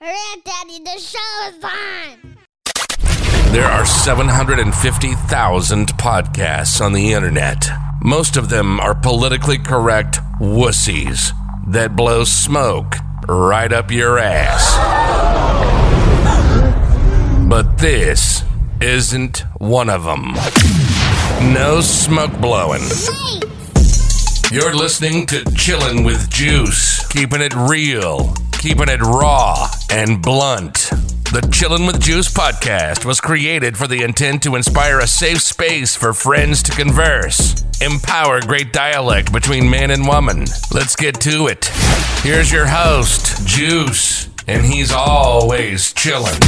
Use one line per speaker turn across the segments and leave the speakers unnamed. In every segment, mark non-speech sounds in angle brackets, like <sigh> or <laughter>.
Look, Daddy, the show is on.
There are 750,000 podcasts on the internet. Most of them are politically correct wussies that blow smoke right up your ass. But this isn't one of them. No smoke blowing.
Wait,
You're listening to Chillin' with Juice, keeping it real, keeping it raw and blunt. The Chillin' with Juice podcast was created for the intent to inspire a safe space for friends to converse, empower great dialect between man and woman. Let's get to it. Here's your host, Juice, and he's always chillin'.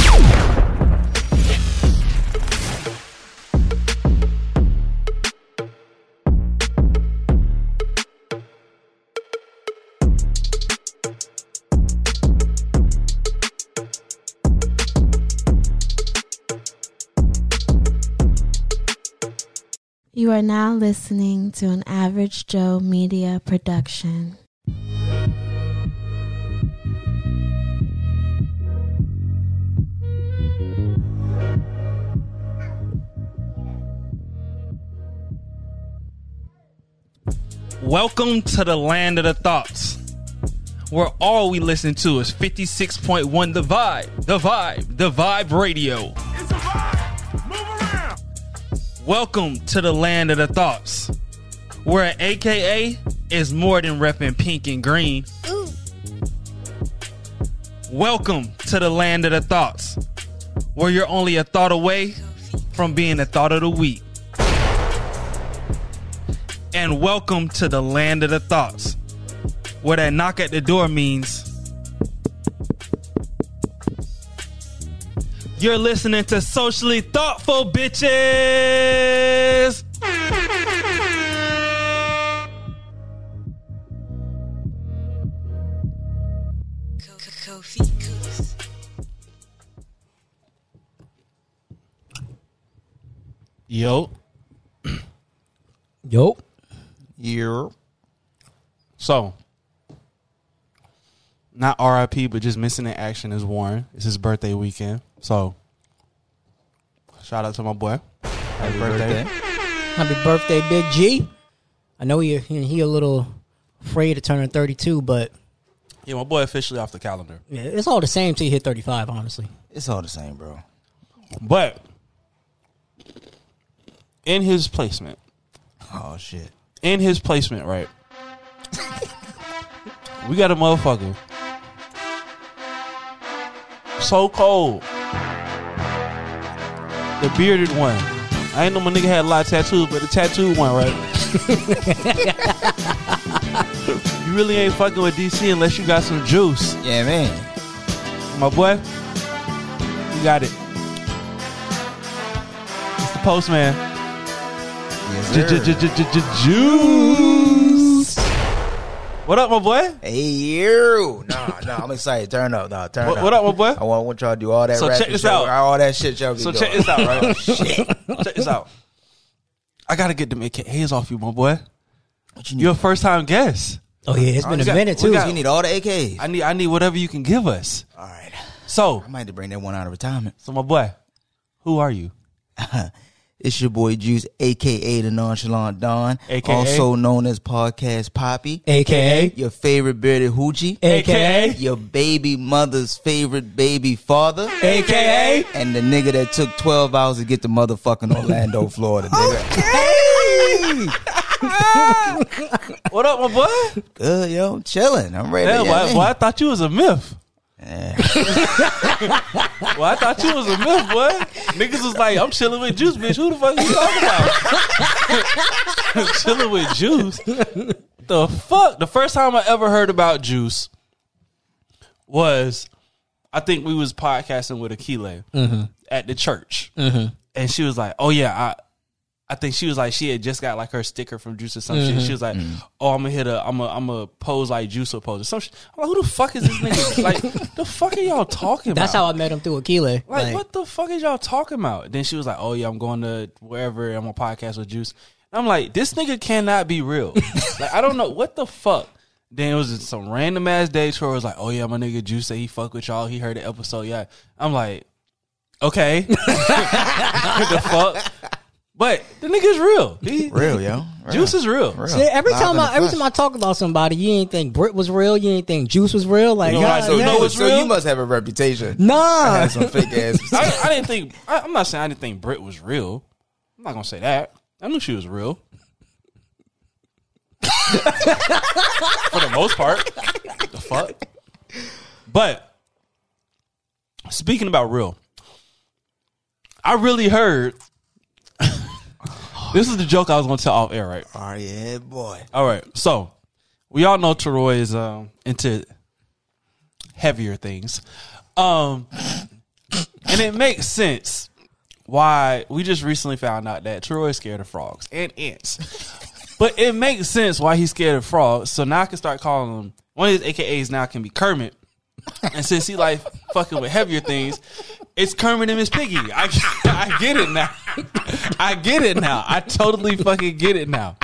You are now listening to an Average Joe Media production.
Welcome to the land of the thoughts, where all we listen to is 56.1 The Vibe, The Vibe, The Vibe Radio.
It's a vibe. Move around.
Welcome to the land of the thoughts, where AKA is more than repping pink and green.
ooh,
Welcome to the land of the thoughts, where you're only a thought away from being a thought of the week. And welcome to the land of the thoughts, where that knock at the door means you're listening to socially thoughtful bitches. Yo,
Yo.
year. So, not RIP, but just missing in action is Warren. It's his birthday weekend. So, shout out to my boy. Happy, birthday.
Happy birthday, Big G. I know he he a little afraid of turning 32, but
Yeah, my boy officially off the calendar.
yeah, it's all the same till you hit 35, honestly.
It's all the same, bro.
But, in his placement,
Oh shit.
in his placement, right? <laughs> we got a motherfucker. So cold. The bearded one. I ain't know my nigga had a lot of tattoos, but the tattooed one, right? you really ain't fucking with DC unless you got some juice.
Yeah, man.
My boy, you got it. It's the postman.
Yes,
Ju- ju- ju- ju- ju- ju- Juice. What up, my boy?
Hey you. Nah, nah. I'm excited. Turn up, nah. Turn
What-
up.
what up, my boy?
I want, want y'all to do all that.
So
rap
check
and
this
shit,
out.
All that shit y'all. be
So
doing. Oh,
check this out,
<laughs>
right?
shit.
Check this out. I gotta get them AKAs off you, my boy.
What you need?
You're a first time guest.
Oh yeah, it's been
we
a
got-
minute
we
too.
got-
you need all the AKs.
I need I need whatever you can give us.
all right.
So,
I might have to bring that one out of retirement.
so my boy, who are you?
It's your boy Juice, aka the Nonchalant Don,
AKA?
also known as Podcast Poppy,
AKA
your favorite bearded hoochie,
AKA
your baby mother's favorite baby father.
AKA
and the nigga that took 12 hours to get to motherfucking
<laughs>
Orlando, Florida, nigga.
What up, my boy?
Good, yo. I'm chilling. I'm ready.
Damn,
yeah,
well, I,
man.
well, I thought you was a myth. well, I thought you was a myth, boy. Niggas was like, I'm chilling with juice, bitch. Who the fuck you talking about? <laughs> chilling with juice. The fuck? The first time I ever heard about juice was, I think we was podcasting with Akile
Mm-hmm.
at the church, and she was like, "Oh yeah, I." I think she was like she had just got like her sticker from Juice or some shit.
Mm-hmm.
She was like, "Oh, I'm gonna hit a, I'm a, I'm a pose like Juice or pose or some shit." I'm like, "Who the fuck is this
<laughs>
nigga? like, the fuck are y'all talking about?"
That's how I met him through Aquila.
Like,
Like,
what the fuck is y'all talking about? Then she was like, "Oh yeah, I'm going to wherever. I'm on <laughs> podcast with Juice." And I'm like, "This nigga cannot be real. like, I don't know what the fuck." Then it was just some random ass day where it was like, oh yeah, my nigga Juice say he fuck with y'all. He heard the episode. Yeah, I'm like, okay, <laughs> what the fuck. But the nigga's real. He,
Real,
<laughs>
yo. Real.
Juice is real.
Real.
See, every
Live in
time
the
I every
flesh.
time I talk about somebody, you ain't think Brit was real, you ain't think Juice was real. Like,
You know
God,
why I said
yeah.
no
so,
it's
so
real?
you must have a reputation.
nah.
Have <laughs> some fake
<laughs>
ass.
I, I didn't think. I, I'm not saying I didn't think Brit was real. I'm not gonna say that. I knew she was real. <laughs> For the most part, the fuck. But speaking about real, I really heard. <laughs> this is the joke I was gonna tell off air, right?
Oh yeah, boy.
All right. So we all know Teroy is um, into heavier things. Um, and it makes sense why we just recently found out that Teroy is scared of frogs and ants. but it makes sense why he's scared of frogs. So now I can start calling him one of his AKAs now can be Kermit. And since he like fucking with heavier things, it's Kermit and Miss Piggy. I, <laughs> I get it now. <laughs> I get it now. I totally fucking get it now.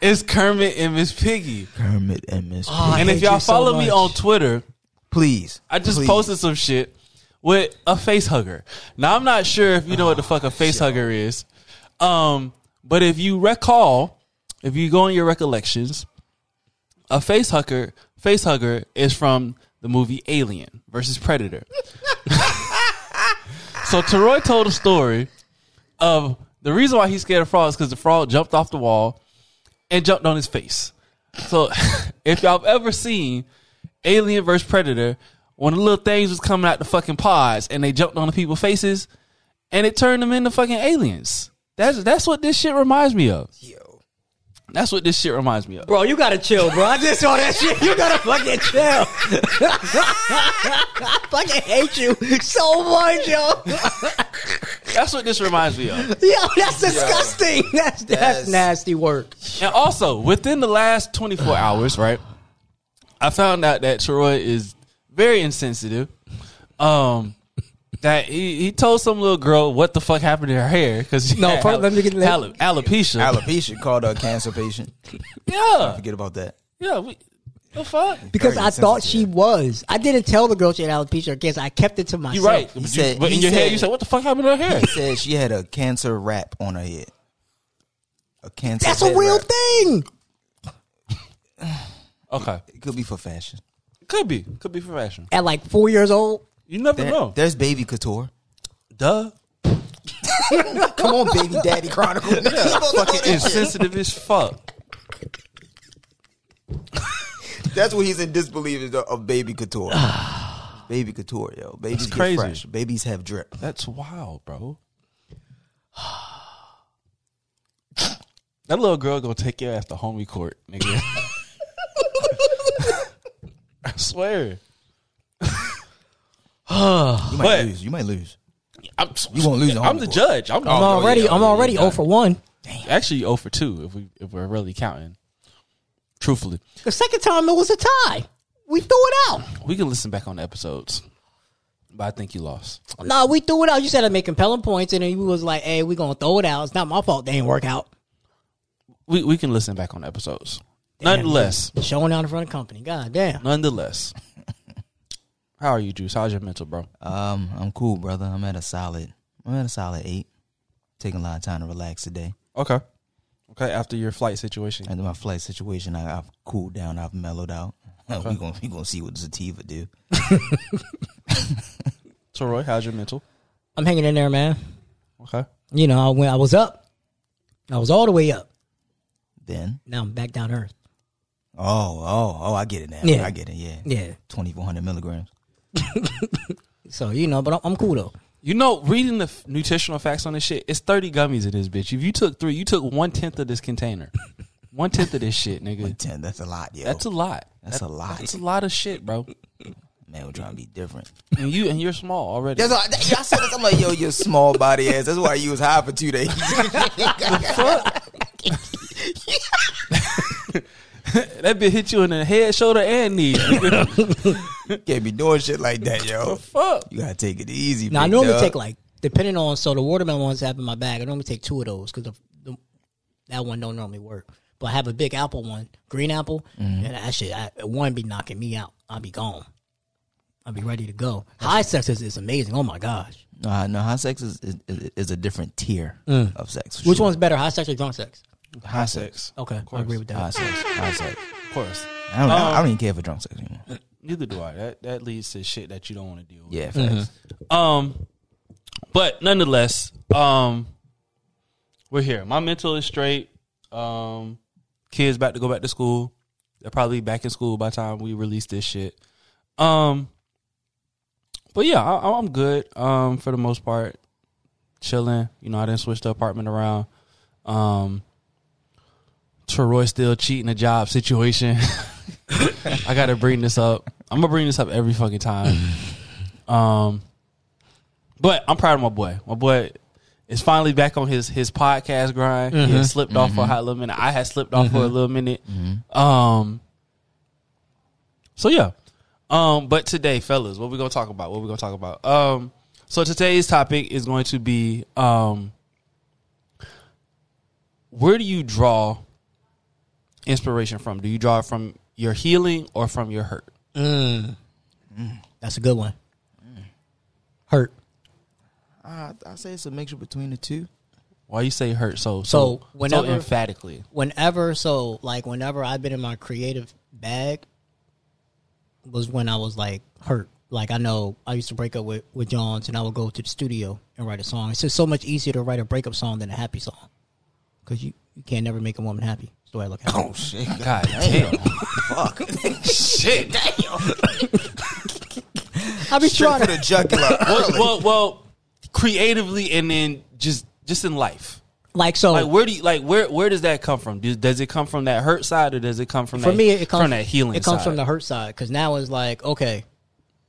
It's Kermit and Miss Piggy.
Kermit and Miss.
Oh, I
and if
hate
y'all
you so
follow me
much.
on Twitter,
please,
I just
please.
posted some shit with a face hugger. Now I'm not sure if you know what the fuck a face hugger is. Um, but if you recall, if you go in your recollections, a face hugger, face hugger is from the movie Alien versus Predator. <laughs> so Teroy told a story of the reason why he's scared of frogs because the frog jumped off the wall and jumped on his face. So <laughs> if y'all have ever seen Alien vs Predator, when the little things was coming out the fucking pods and they jumped on the people's faces and it turned them into fucking aliens. That's that's what this shit reminds me of. That's what this shit reminds me of.
<laughs> Bro, you gotta chill, bro. I just saw that shit. You gotta fucking chill. <laughs> I fucking hate you so much, yo.
That's what this reminds me of.
Yo, <laughs> that's disgusting. <laughs> That's that's
Yes.
nasty work.
And also, within the last 24 hours, right, I found out that Troy is very insensitive. Um, that he, he told some little girl what the fuck happened to her hair because
No, first, let me get- let-
alopecia.
Alopecia called her a cancer patient.
yeah,
Forget about that.
yeah. We, the fuck?
Because
Very
I thought she
insensitive.
was. I didn't tell the girl she had alopecia or kids. I kept it to myself.
You right?
He
But, you-
said-
but in
he
your head,
said-
you said, "What the fuck happened to her <laughs> hair?"
Said she had a cancer wrap on her head. A cancer.
That's a
head
real
wrap.
thing.
Okay,
It could be for fashion.
could be, could be for fashion.
At like four years old.
You never
There-
know.
There's baby couture.
Duh.
Come on, baby <laughs> daddy chronicle.
<laughs> Fucking insensitive as fuck.
That's what he's in disbelief is of baby <sighs> couture. baby couture, yo. Babies get
crazy.
fresh. Babies have drip.
That's wild, bro. That little girl gonna take your ass to homie court, nigga. <laughs> I <sighs> swear.
You might
But-
lose. You might lose.
I'm,
You won't lose. at
I'm
home
the
court.
judge. I'm, the
I'm
Oh, yeah,
already
yeah,
I'm
yeah,
already
yeah.
0 for one.
actually 0 for 2 if we if we're really counting. Truthfully.
The second time it was a tie. We threw it out.
We can listen back on the episodes. But I think you lost.
No, we threw it out. You said I make compelling points, and then you was like, "Hey, we gonna throw it out. It's not my fault. They ain't work out."
We we can listen back on the episodes. Nonetheless.
Showing out in front of company. God damn.
Nonetheless. <laughs> How are you, Juice? How's your mental, bro?
Um, I'm cool, brother. I'm at a solid. I'm at a solid eight. Taking a lot of time to relax today.
Okay. Okay, after your flight situation.
And my flight situation, I, I've cooled down. I've mellowed out. <laughs> we gonna we gonna see what Zativa do.
So Roy, how's your mental?
I'm hanging in there, man.
Okay.
You know, I went. I was up. I was all the way up.
Then
Now I'm back down to earth.
oh oh oh, I get it now.
Yeah.
I get it. Yeah,
Yeah.
Twenty four hundred milligrams.
So you know, but I'm, I'm cool though.
You know, reading the f- nutritional facts on this shit, it's thirty gummies in this bitch. If you took three, you took one tenth of this <laughs> container. one tenth of this shit, nigga.
Ten. That's a lot, yo.
That's a lot.
That's a lot.
That's a lot of shit, bro.
man. We're trying to be different.
And you and you're small already.
That's why that, I said this. I'm like, yo, your small body ass. That's why you was high for two days.
that bitch hit you in the head, shoulder, and knee. nigga.
Can't be doing shit like that, yo.
Fuck.
You gotta take it easy.
Now I
big
normally
dog.
take like depending on so the watermelon ones I have in my bag. I normally take two of those because the, the, that one don't normally work. but I have a big apple one, green apple, and that shit I, one be knocking me out. I'll be gone. I'll be ready to go. High sex is, is amazing. Oh my gosh,
Uh, no, high sex is, is is- is a different tier
Mm.
of sex. for
which
sure.
one's better, high sex or drunk sex?
High sex.
Okay, I agree with that.
High sex. High sex.
Of course. Um,
I don't, I don't even care for drunk sex anymore.
Neither do I. That that leads to shit that you don't want to deal with.
Yeah, facts.
Um, but nonetheless, um, we're here. My mental is straight. Um, kids about to go back to school. They're probably back in school by the time we release this shit. Um, but yeah, I, I'm good. Um, for the most part, chilling. You know, I didn't switch the apartment around. Um, Troy still cheating a job situation. <laughs> I gotta bring this up. I'm gonna bring this up every fucking time. Um, but I'm proud of my boy. My boy is finally back on his his podcast grind. He
Mm-hmm.
had slipped off for a hot little minute. I had slipped off for a little minute.
Mm-hmm.
Um. So yeah, um. But today, fellas, what we gonna talk about? What we gonna talk about? Um. So today's topic is going to be um. Where do you draw inspiration from? Do you draw it from your healing or from your hurt?
That's a good one. Hurt.
I, I say it's a mixture between the two.
Why you say hurt so
So,
so, so
whenever-
emphatically?
whenever so like whenever I've been in my creative bag was when I was like hurt. Like I know I used to break up with, with Johns and I would go to the studio and write a song. It's just so much easier to write a breakup song than a happy song. Cause you, you can't never make a woman happy. That's the way I look at it.
Oh shit!
God damn.
<laughs>
Fuck.
Shit.
I be
Straight
trying
for
to
the jugular.
well, well, well, creatively, and then just just in life.
like so
Like, where do you like where where does that come from? Does, does it come from that hurt side, or does it come from
for
that,
me it comes
from that healing?
It comes
side?
from the hurt side because now it's like okay,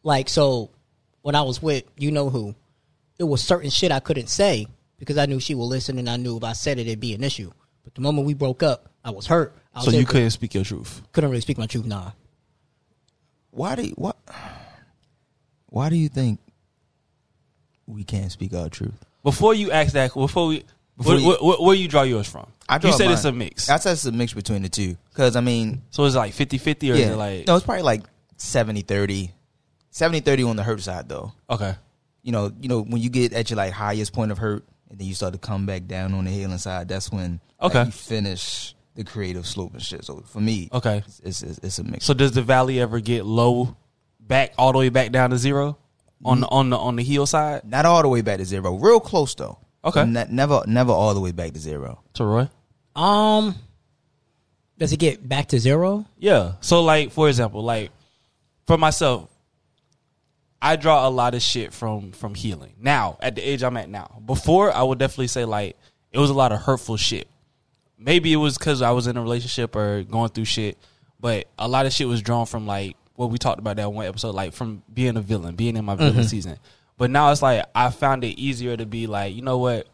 like so when I was with you know who, it was certain shit I couldn't say because I knew she would listen and I knew if I said it it'd be an issue. But the moment we broke up, I was hurt. I was
So you
able-
couldn't speak your truth.
couldn't really speak my truth. Nah,
Why do you, what? Why do you think we can't speak our truth?
Before you ask that, before we,
Before
where,
you-
where, where, where you draw yours from?
draw
you said
mine-
it's a mix.
I said it's a mix between the two. Because I mean,
so it's like 50-50 or is
yeah,
it like
no, it's probably like 70-30. 70-30 on the hurt side though.
okay?
you know, you know, when you get at your like highest point of hurt and then you start to come back down on the healing side, that's when like,
Okay.
you finish the creative slope and shit. So for me,
Okay.
it's it's, it's, it's a mix.
So does the valley ever get low, back all the way back down to zero on
Mm.
the on the on the heel side?
not all the way back to zero, real close though.
Okay.
Ne- never never all the way back to zero.
To Roy,
um, does it get back to zero?
Yeah. So like for example, like for myself, I draw a lot of shit from from healing. Now, at the age I'm at now. Before I would definitely say like it was a lot of hurtful shit. Maybe it was cuz I was in a relationship or going through shit, but a lot of shit was drawn from like what we talked about that one episode like from being a villain, being in my villain season. But now it's like I found it easier to be like, you know what?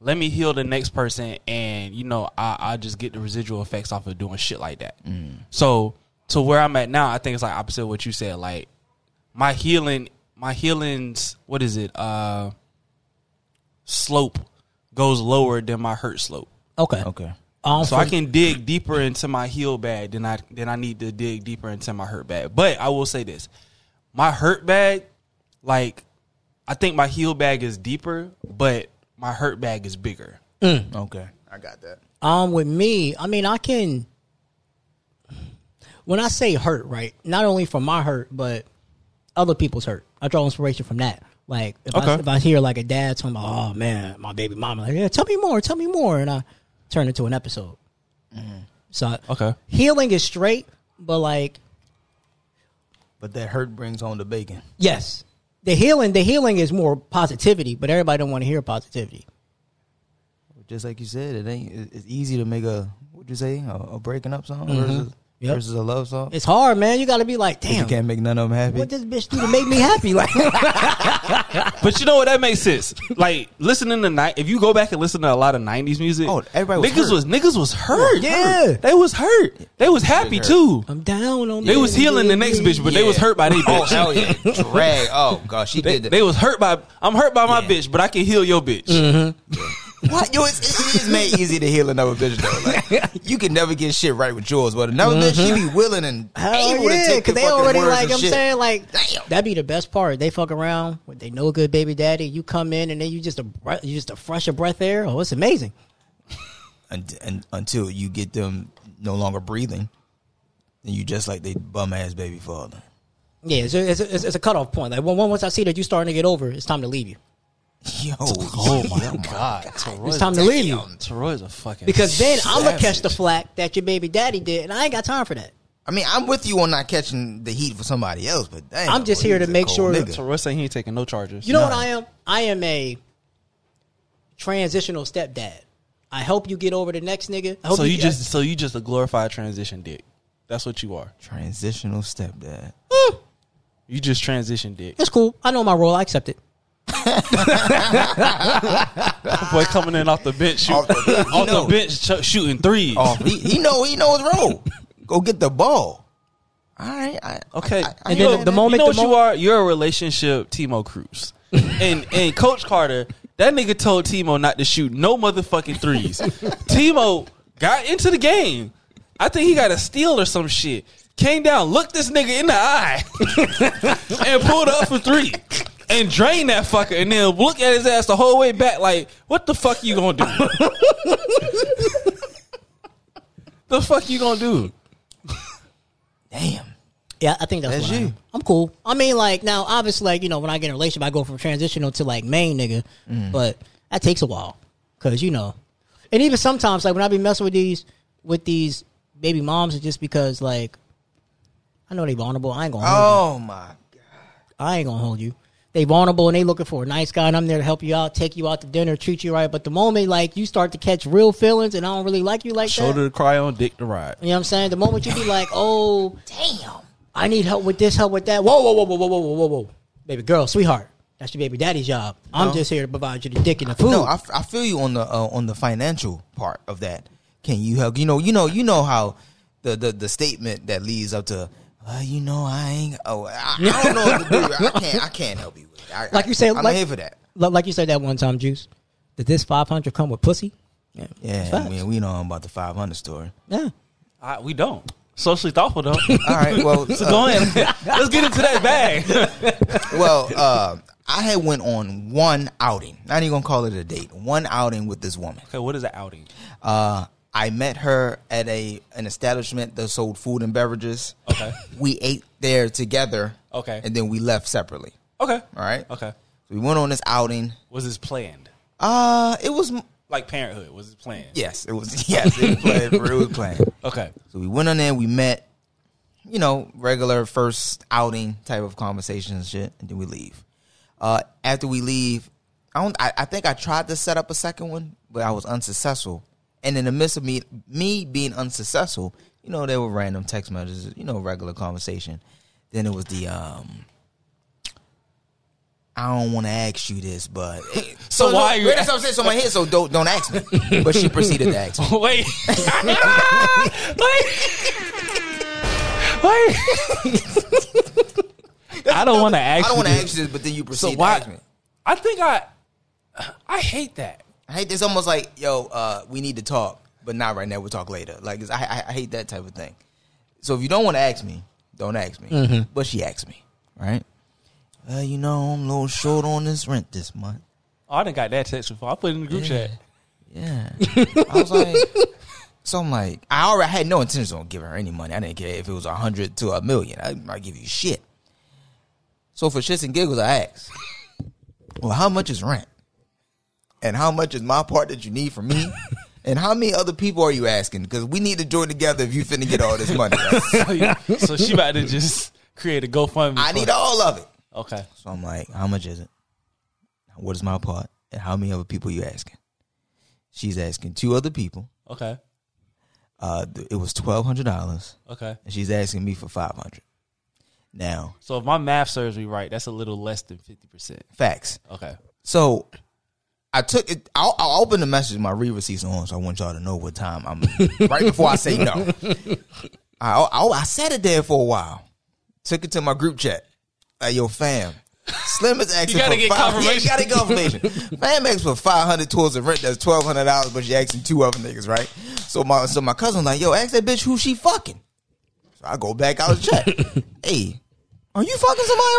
Let me heal the next person, and you know I I just get the residual effects off of doing shit like that. So to where I'm at now, I think it's like opposite of what you said. Like my healing, my healing's what is it? Uh, slope goes lower than my hurt slope.
Okay,
Okay.
Um,
So I can dig deeper into my heel bag than I than I need to dig deeper into my hurt bag. But I will say this. My hurt bag, like I think my heel bag is deeper, but my hurt bag is bigger.
Okay. I got that.
Um, with me, I mean, I can. When I say hurt, right? Not only from my hurt, but other people's hurt. I draw inspiration from that. Like if, I,
Okay.
if I hear like a dad talking about, "Oh man, my baby mama," like, "Yeah, tell me more, tell me more," and I turn it to an episode. So I-
Mm-hmm. Okay.
healing is straight, but like
But that hurt brings home the bacon.
yes, the healing, the healing is more positivity, but everybody don't want to hear positivity.
Just like you said, it ain't. it- It's easy to make a what you say a, a breaking up song
Mm-hmm.
versus
Yep.
versus a love song.
It's hard, man. You got to be like,
you
damn,
can't make none of them happy.
what this bitch do to make me happy? <laughs> Like,
But you know what? That makes sense. <laughs> Like listening to night. If you go back and listen to a lot of '90s music,
Oh, everybody was
niggas
hurt.
was niggas was hurt.
Yeah.
Hurt. they was hurt. They was happy too.
I'm down on.
They was
this
healing the next bitch, but they was
Yeah.
hurt by they
Oh
bitch.
hell yeah! Drag. Oh gosh, she
They,
did that.
they was hurt by. I'm hurt by my
Yeah. Mm-hmm.
bitch, but I can heal your bitch.
What? Yo, it's, it is made easy to heal another bitch though. Like, you can never get shit right with yours, but another bitch, she
Mm-hmm.
be willing and able to take
because
your
Oh, they
fucking
already
words
like
and
I'm
shit.
saying like that'd be the best part. They fuck around, with they know a good baby daddy. You come in and then you just a bre- you just a fresh of breath air. Oh, it's amazing.
and, and until you get them no longer breathing, then you just like they bum ass baby father. <laughs>
Yeah, it's a, it's a, it's a cutoff point. Like one, once I see that you starting to get over, it's time to leave you.
Yo,
Oh my god, Teroy's
It's time to leave you
Teroy's a fucking
because then I'm gonna catch the
savage.
flack that your baby daddy did, and I ain't got time for that.
I mean, I'm with you on not catching the heat for somebody else, but damn,
I'm just
boy,
here to
he's a
make
cold
sure-
nigga.
Teroy saying he ain't taking no charges.
You know what I am? I am a transitional stepdad. I help you get over the next nigga. I hope
so you
get-
just so you just a glorified transition dick. That's what you are.
transitional stepdad.
You just transition dick.
it's cool. I know my role. I accept it.
Boy coming in off the bench, shoot,
Off the
off the,
bench, you know.
bench ch- shooting threes.
Oh, he, he know he know his role. Go get the ball. All right, I,
Okay,
I, I, I
And then
know-
the- the moment-
you know
the
what
mo-
you are, you're a relationship Timo Cruz, and and Coach Carter. That nigga told Timo not to shoot no motherfucking
<laughs>
threes. Timo got into the game. I think he got a steal or some shit. Came down, looked this nigga in the eye, <laughs> and pulled up for three, and drained that fucker, and then look at his ass the whole way back. Like, what the fuck you
<laughs>
gonna do? the fuck you gonna do?
damn.
Yeah, I think that's,
That's
what I
you.
am. I'm cool. I mean, like now, obviously, like you know, when I get in a relationship, I go from transitional to like main nigga,
Mm.
but that takes a while because you know, and even sometimes like when I be messing with these with these baby moms, it's just because like I know they vulnerable. I ain't gonna hold
Oh my Oh.
you. I ain't gonna hold you. They vulnerable and they looking for a nice guy, and I'm there to help you out, take you out to dinner, treat you right. But the moment like you start to catch real feelings, and I don't really like you like that,
Shoulder to cry on, dick to ride.
you know what I'm saying? The moment you be like, oh, damn, I need help with this, help with that. Whoa, whoa, whoa, whoa, whoa, whoa, whoa, whoa, whoa. Baby girl, sweetheart, that's your baby daddy's job. I'm just here to provide you the dick and the food.
No, I, f- I feel you on the uh, on the financial part of that. Can you help? You know, you know, you know how the the, the statement that leads up to, well, you know, I ain't. Oh, I, I don't know what to do. I can't. I can't help you with it. I,
like you said,
I'm
like,
here for that.
li- Like you said that one time, Juice. Did this 500 come with pussy? Yeah.
Yeah,
Facts.
I mean, we know about the five hundred story.
<laughs> Yeah.
I, we don't. Socially thoughtful
<laughs>
though.
All right, well,
<laughs>
uh,
so go in. Let's get into that bag.
<laughs> well, uh, I had went on one outing. Not even gonna call it a date. One outing with this woman.
Okay, what is an outing?
Uh, I met her at a an establishment that sold food and beverages.
Okay.
We ate there together.
Okay.
And then we left separately.
Okay.
All right.
Okay.
So we went on this outing.
Was this planned?
Uh, it was
Like parenthood? Was it planned?
yes, it was <laughs> yes, it was planned. It was planned.
Okay. <laughs>
So we went on there. We met. You know, regular first outing type of conversation and shit, and then we leave. Uh, after we leave, I don't. I, I think I tried to set up a second one, but I was unsuccessful. And in the midst of me me being unsuccessful, you know, there were random text messages, you know, regular conversation. Then it was the um. I don't want to ask you this, but <laughs>
So
no,
why are you-
That's what I'm saying. So my head. So don't don't ask me. But she proceeded to ask me.
Wait. <laughs> Wait.
<laughs>
Wait. I don't want to ask.
I don't
you
want
<laughs>
to
this.
ask you this, but then you proceed
So
to
why?
ask me.
I think I. I hate that.
I hate this. Almost like, yo, uh, we need to talk, but not right now. We'll talk later. Like, it's- I, I, I hate that type of thing. So if you don't want to ask me, don't ask me. But she asked me, right? Uh, you know, I'm a little short on this rent this month.
Oh, I didn't got that text before. I put it in the group chat.
Yeah. I was like, <laughs> so I'm like, I already had no intentions on giving her any money. I didn't care if it was a hundred to a million. I didn't give you shit. So for shits and giggles, I asked, well, how much is rent? And how much is my part that you need from me? And how many other people are you asking? Because we need to join together if you finna get all this money. right?
<laughs> so she about to just create a GoFundMe.
I
for-
need all of it.
Okay.
So I'm like, how much is it? What is my part? And how many other people you asking? She's asking two other people.
Okay.
Uh, th- it was twelve hundred dollars.
Okay.
and she's asking me for 500 now
So if my math serves me right, that's a little less than fifty percent.
facts
Okay.
so i took it i'll, I'll open the message my read receipts on so i want y'all to know what time i'm
<laughs>
right before i say no I, I, I sat it there for a while took it to my group chat like yo fam Slim is asking
gotta
for
get
five, Yeah,
confirmation.
you gotta get
<laughs>
confirmation. Man makes for five hundred towards the rent. That's twelve hundred dollars, but you asking two other niggas, right? So my so my cousin like, yo, ask that bitch who she fucking. So I go back out and check.
<laughs>
hey, are you fucking somebody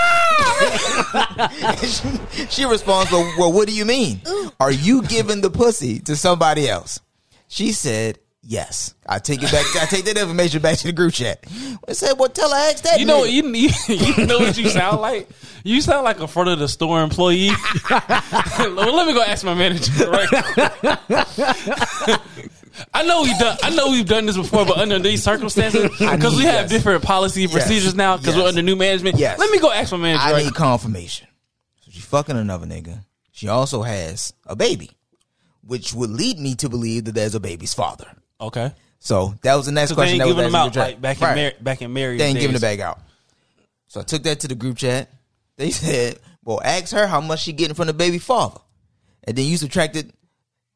right now? And <laughs> she, she responds, well, well, what do you mean? Are you giving the pussy to somebody else? She said. Yes, I take it back. I take that information back to the group chat. I said, "Well, tell her ask that."
You know,
nigga.
you, you, <laughs> you know what you sound like? You sound like a front of the store employee. <laughs> well, let me go ask my manager. Right? <laughs> I know we done. I know we've done this before, but under these circumstances,
<laughs> I
because we
need-
have
yes.
different policy and
Yes.
procedures now, because we're
Yes.
under new management.
Yes.
Let me go ask my manager.
I
right?
need confirmation. So she's fucking another nigga. She also has a baby, which would lead me to believe that there's a baby's father.
okay.
So that was the next
Because they
question.
ain't
That was
giving them
asked in
out
the
like
chat.
back in
Right.
Mar- back in Mary.
They ain't giving
days.
it back out. So I took that to the group chat. They <laughs> said, "Well, ask her how much she getting from the baby father, and then you subtract it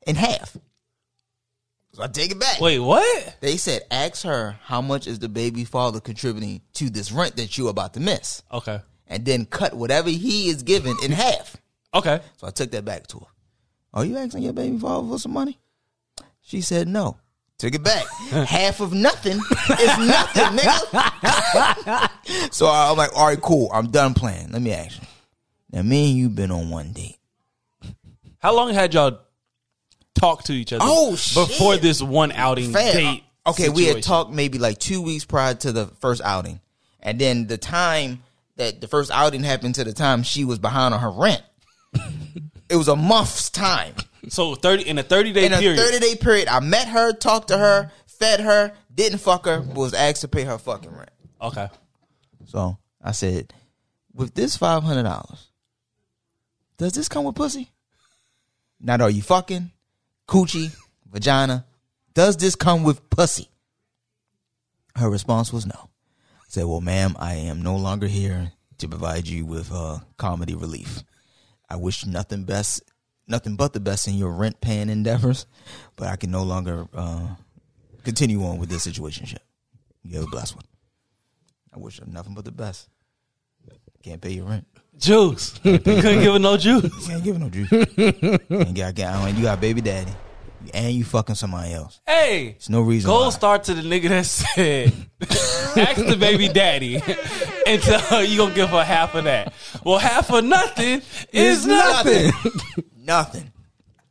in half." So I take it back.
Wait, what?
They said, "Ask her how much is the baby father contributing to this rent that you about to miss,
Okay.
and then cut whatever he is given in half."
Okay.
So I took that back to her. Are you asking your baby father for some money? She said no. Took it
<laughs>
back. Half of nothing is nothing, nigga. so I- I'm like, all right, cool. I'm done playing. Let me ask you. Now, me and you been on one date.
How long had y'all talked to each other?
Oh, shit.
Before this one outing
Fam,
date.
Okay, we had
situation?
talked maybe like two weeks prior to the first outing. And then the time that the first outing happened to the time she was behind on her rent, <laughs> it was a month's time.
So thirty in a thirty day
in
period.
a 30 day period, I met her, talked to her, fed her, didn't fuck her, but was asked to pay her fucking rent.
okay.
So I said, with this $500, does this come with pussy? Not are you fucking, coochie, vagina. Does this come with pussy? Her response was no. I said, well, ma'am, I am no longer here to provide you with uh, comedy relief. I wish nothing best, nothing but the best in your rent paying endeavors, but I can no longer uh, continue on with this situation. You have a blessed one. I wish her nothing but the best. Can't pay your rent.
Juice. <laughs> They couldn't give her no juice.
Can't give her no <laughs> juice. and you got, and you got baby daddy, and you fucking somebody else.
Hey.
There's no reason. why.
Gold star to the nigga that said, <laughs> ask the baby daddy <laughs> and tell her you gonna give her half of that. Well, half of nothing is nothing.
<laughs> nothing.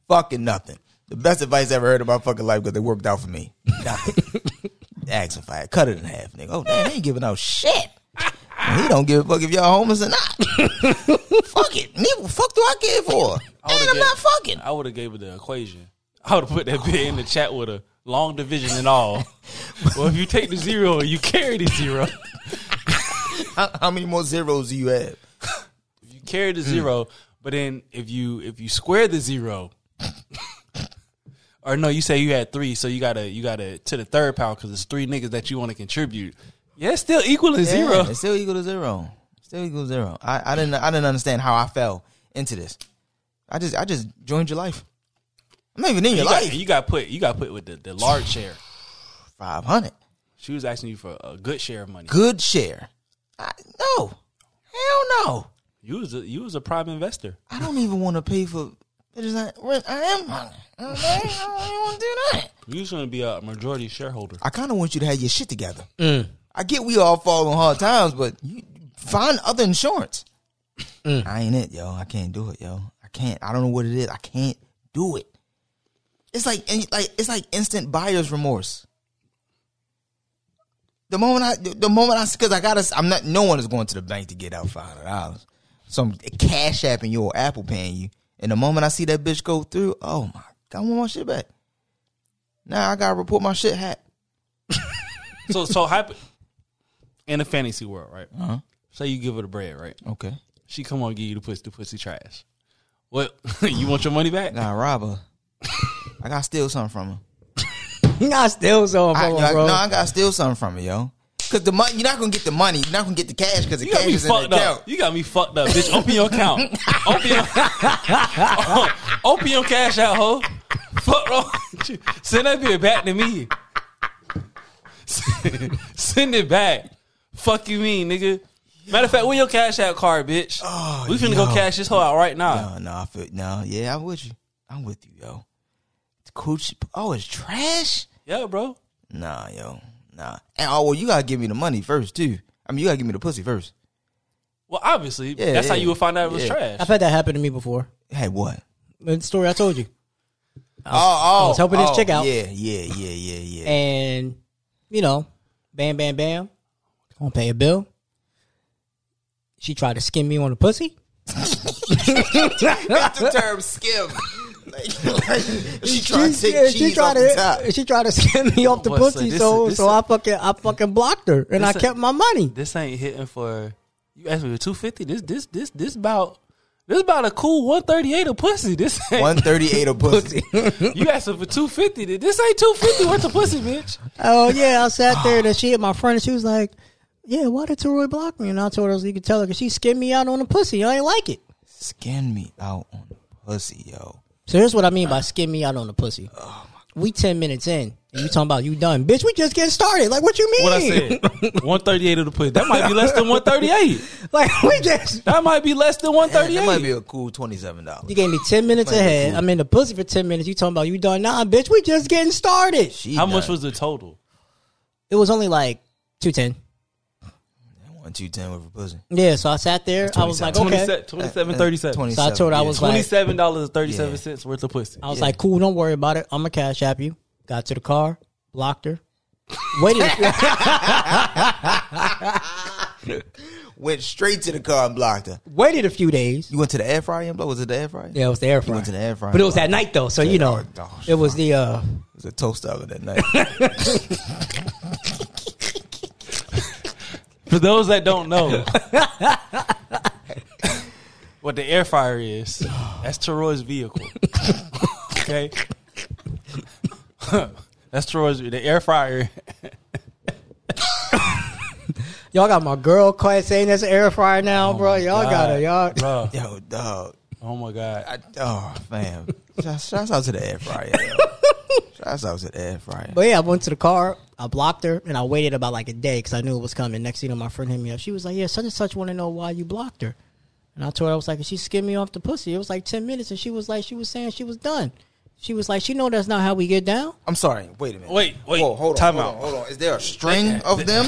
Fucking nothing. The best advice I ever heard in my fucking life because it worked out for me. <laughs> Nothing. Ask if I cut it in half, nigga. Oh, damn, he ain't giving out shit. He don't give a fuck if y'all homeless or <laughs> not. fuck it. Me, what the fuck do I care for?
would've
And I'm
gave-
not fucking.
I would have gave her the equation. I would have put that bit in the chat with a long division and all. well, if you take the zero, you carry the zero. <laughs>
How, how many more zeros do you have?
You carry the zero, but then if you if you square the zero, <laughs> or no, you say you had three, so you gotta you gotta to the third power because it's three niggas that you want to contribute. Yeah, it's still equaling
Yeah,
zero.
It's still equal to zero. Still equal to zero. I, I didn't I didn't understand how I fell into this. I just I just joined your life. I'm not even in your
<laughs> You
life.
got, you got put you got put with the, the large share.
Five hundred.
She was asking you for a good share of money.
Good share. I, no. Hell no.
You was a, you was a prime investor.
I don't even want to pay for. It is like, well, I am hungry. Okay? I don't want to do that.
You was gonna be a majority shareholder.
I kind of want you to have your shit together. I get we all fall on hard times, but you find other insurance. I ain't it, yo. I can't do it, yo. I can't. I don't know what it is. I can't do it. It's like and like it's like instant buyer's remorse. The moment I, the moment I, because I gotta, I'm not. No one is going to the bank to get out five hundred dollars. Some cash apping you or Apple paying you. And the moment I see that bitch go through, oh my, God, I want my shit back. Now I gotta report my shit hat.
So so <laughs> hypo- in a fantasy world, right?
Uh-huh.
Say you give her the bread, right?
Okay.
She come on give you the pussy, the pussy trash. What <laughs> you want your money back?
Nah, rob her. I gotta steal something from her.
I still so
I,
bro.
I-
bro.
no, I gotta steal something from her, yo. Cause the money, you're not gonna get the money. You're not gonna get the cash because the
You got
cash
me
is in the
fucked up.
account.
You got me fucked up, bitch. Open your account.
<laughs>
Open your, open your <laughs> cash out, hoe. Fuck wrong. with you? Send that bitch back to me. <laughs> Send it back. Fuck you mean, nigga. Matter of fact, where your cash app card, bitch? we finna go
Oh, yo.
cash this hoe out right now.
No, no, I feel no. Yeah, I'm with you. I'm with you, yo. The coach, oh, it's trash.
Yeah, bro.
Nah, yo, nah. And oh well, you gotta give me the money first too. I mean, you gotta give me the pussy first.
Well, obviously,
Yeah,
that's how
yeah.
you would find out it was
Yeah.
trash.
I've had that happen to me before.
Hey, what?
The story I told you.
Oh, oh, I
was helping this chick out.
Yeah, yeah, yeah, yeah, yeah.
<laughs> And, you know, bam, bam, bam. I'm going to pay a bill. She tried to skin me on the pussy.
the term <laughs> skim. she
She- yeah, she tried to <laughs> she tried to skin me off the
What's
pussy,
this-
so
this-
so I fucking I fucking blocked her and I
this-
kept my money.
this ain't hitting for you asked me for two fifty. This this this this about this about a cool one thirty eight of pussy. This ain't,
<laughs> One thirty eight a pussy.
you asked her for two fifty. This ain't two fifty worth of pussy, bitch.
Oh yeah, I sat there and then she hit my friend and she was like, "Yeah, why did Teroy block me?" And I told her you could tell her because she skinned me out on the pussy. I ain't like it.
<laughs> Skin me out on the pussy, yo.
So here's what I mean by skin me out on the pussy. We ten minutes in, and you talking about you done, bitch? We just getting started. Like what you mean?
What I said, one thirty eight of the pussy. That might be less than one thirty eight.
<laughs> like we just
That might be less than one thirty
That might be
eight.
a cool twenty seven dollars.
you gave me ten minutes ahead. I'm in the pussy for ten minutes. You talking about you done? Nah, bitch. We just getting started.
How much was the total?
It was only like two ten.
one two ten with a pussy?
Yeah, so I sat there. I was like, okay.
27 37
So I told her I was like,
Twenty-seven dollars and thirty-seven cents worth of pussy.
I was like, cool, don't worry about it. I'm gonna cash app you. Got to the car, blocked her. Waited.
went straight to the car and blocked her.
waited a few days.
You went to the air fryer and blow. Was it the air fryer?
Yeah, it was the air fryer.
went to the air fryer.
But it was at night though, so you know,
oh,
it was the uh,
It was a toast oven that night. <laughs>
For those that don't <laughs> know what the air fryer is, that's Teroy's vehicle. okay. <laughs> that's Teroy's the air fryer.
y'all got my girl quite saying that's an air fryer
Oh,
now, bro. Y'all got it, y'all.
Bro.
yo, dog.
Oh my god.
I, oh, fam. Shouts shouts out to the air fryer. yo. <laughs> Shouts out to the air fryer.
But yeah, I went to the car. I blocked her, and I waited about like a day because I knew it was coming. Next thing you know, my friend hit me up. She was like, "Yeah, such and such want to know why you blocked her." And I told her I was like, "She skimmed me off the pussy." It was like ten minutes, and she was like, she was saying she was done. She was like, "She know that's not how we get down."
I'm sorry. Wait a minute.
Wait, wait.
Whoa, hold on.
Time
hold
out.
On, hold on. Is there a
<laughs>
string of them?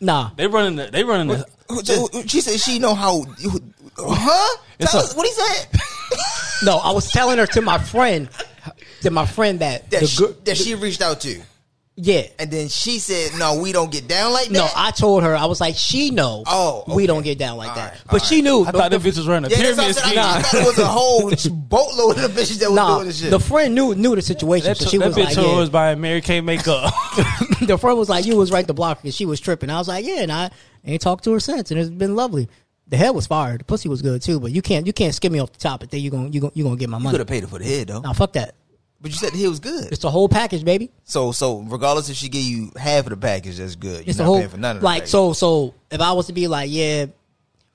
Nah,
They running the, they running the,
Who- who- who- she said she know how. you- Huh?
It's
Tell
a-
us what he
<laughs>
said.
no, I was telling her to my friend, to my friend that,
That,
the
she,
gir-
that she reached out to,
yeah.
and then she said, "No, we don't get down like that."
No, I told her I was like, she know.
Oh,
we
okay.
don't get down like that.
right,
but she knew.
I thought that bitch was running a
Yeah, that's what I'm saying.
pyramid scheme.
I just thought it was a
<laughs>
whole boatload of bitches that was
Nah,
doing this shit.
the friend knew knew the situation,
That,
so she
that
was
bitch
like,
Teroy
yeah.
was buying Mary Kay <laughs> makeup.
<laughs> the friend was like, "You was right to block because she was tripping." I was like, "Yeah," and I ain't talked to her since, and it's been lovely. The head was fired. The pussy was good too, but you can't you can't skip me off the top. But then you gonna you gonna you gonna get my
you
money.
could have paid her for the head though,
Now fuck that.
but you said the head was good.
It's the whole package, baby.
So, so regardless if she give you half of the package, that's good. You're
It's
not
the whole
paying for none of the
like
package.
so so. If I was to be like, yeah,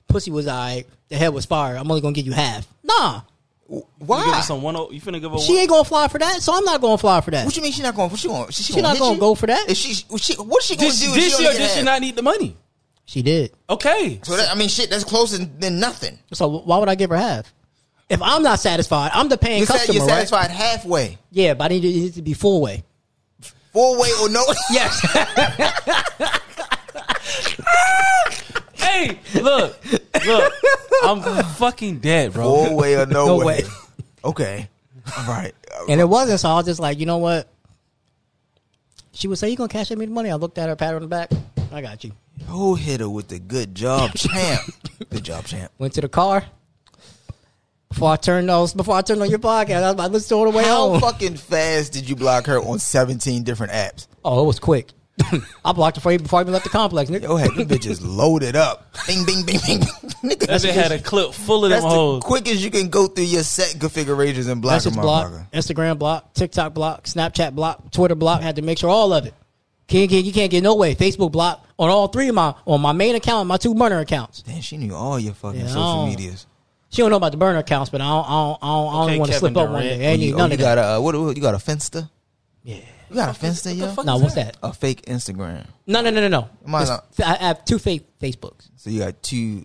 pussy was alright, the head was fired. I'm only gonna get you half. Nah,
You give her
Why?
some one oh- you finna give her
she
one-
ain't gonna fly for that, so I'm not gonna fly for that.
What you mean she not going? What she going? She, she,
She
gonna
not
hit
gonna
you?
go for that.
Is she, was she, what she gonna
Did
do?
she,
if
did she
only
or
get
did she
half?
not need the money?
She did.
Okay.
So that, I mean, shit, that's closer than nothing.
So why would I give her half? If I'm not satisfied, I'm the paying
You're, sa-
customer,
you're
right?
satisfied halfway,
Yeah, but I need it- it to be full way.
four way or no? <laughs>
Yes.
hey, look, <laughs> look, I'm fucking dead, bro.
four way or no,
No
way.
way.
Okay, all right.
<laughs> And it wasn't, so I was just like, you know what? She would say, "You gonna cash at me the money?" I looked at her, pat her on the back. I got you.
Who hit her with the good
<laughs>
job, champ? good job, champ.
Went to the car. Before I turned those, before I turned on your podcast, I was about to listen to it on the way
How
home.
fucking fast did you block her on seventeen different apps?
Oh, it was quick. <laughs> I blocked it for you before I even left the complex. Nigga.
Yo, had the bitches loaded up. Bing, bing, bing, bing. <laughs> Nigga,
That bitch had a clip full of them
that's the
hoes.
quickest you can go through your set configurations and block a
Message block,
motherfucker.
Instagram block, TikTok block, Snapchat block, Twitter block. Had to make sure all of it. Can't get you can't get no way. Facebook block on all three of my on my main account, and my two burner accounts.
Damn, she knew all your fucking
Yeah, I
social
don't-
medias.
She don't know about the burner accounts, but I don't I don't, I don't, I don't
Okay,
want to
Kevin
slip up one
Durant.
day. I ain't
Oh, you,
need none
you
of
got
that.
a uh, what, what? You got a Finster?
Yeah.
You got a fence there, yo?
fuck?
No,
is
what's
that?
that?
A fake Instagram.
No, no, no, no, no.
Am I
It's-
not-
I I have two fake Facebooks.
So you got two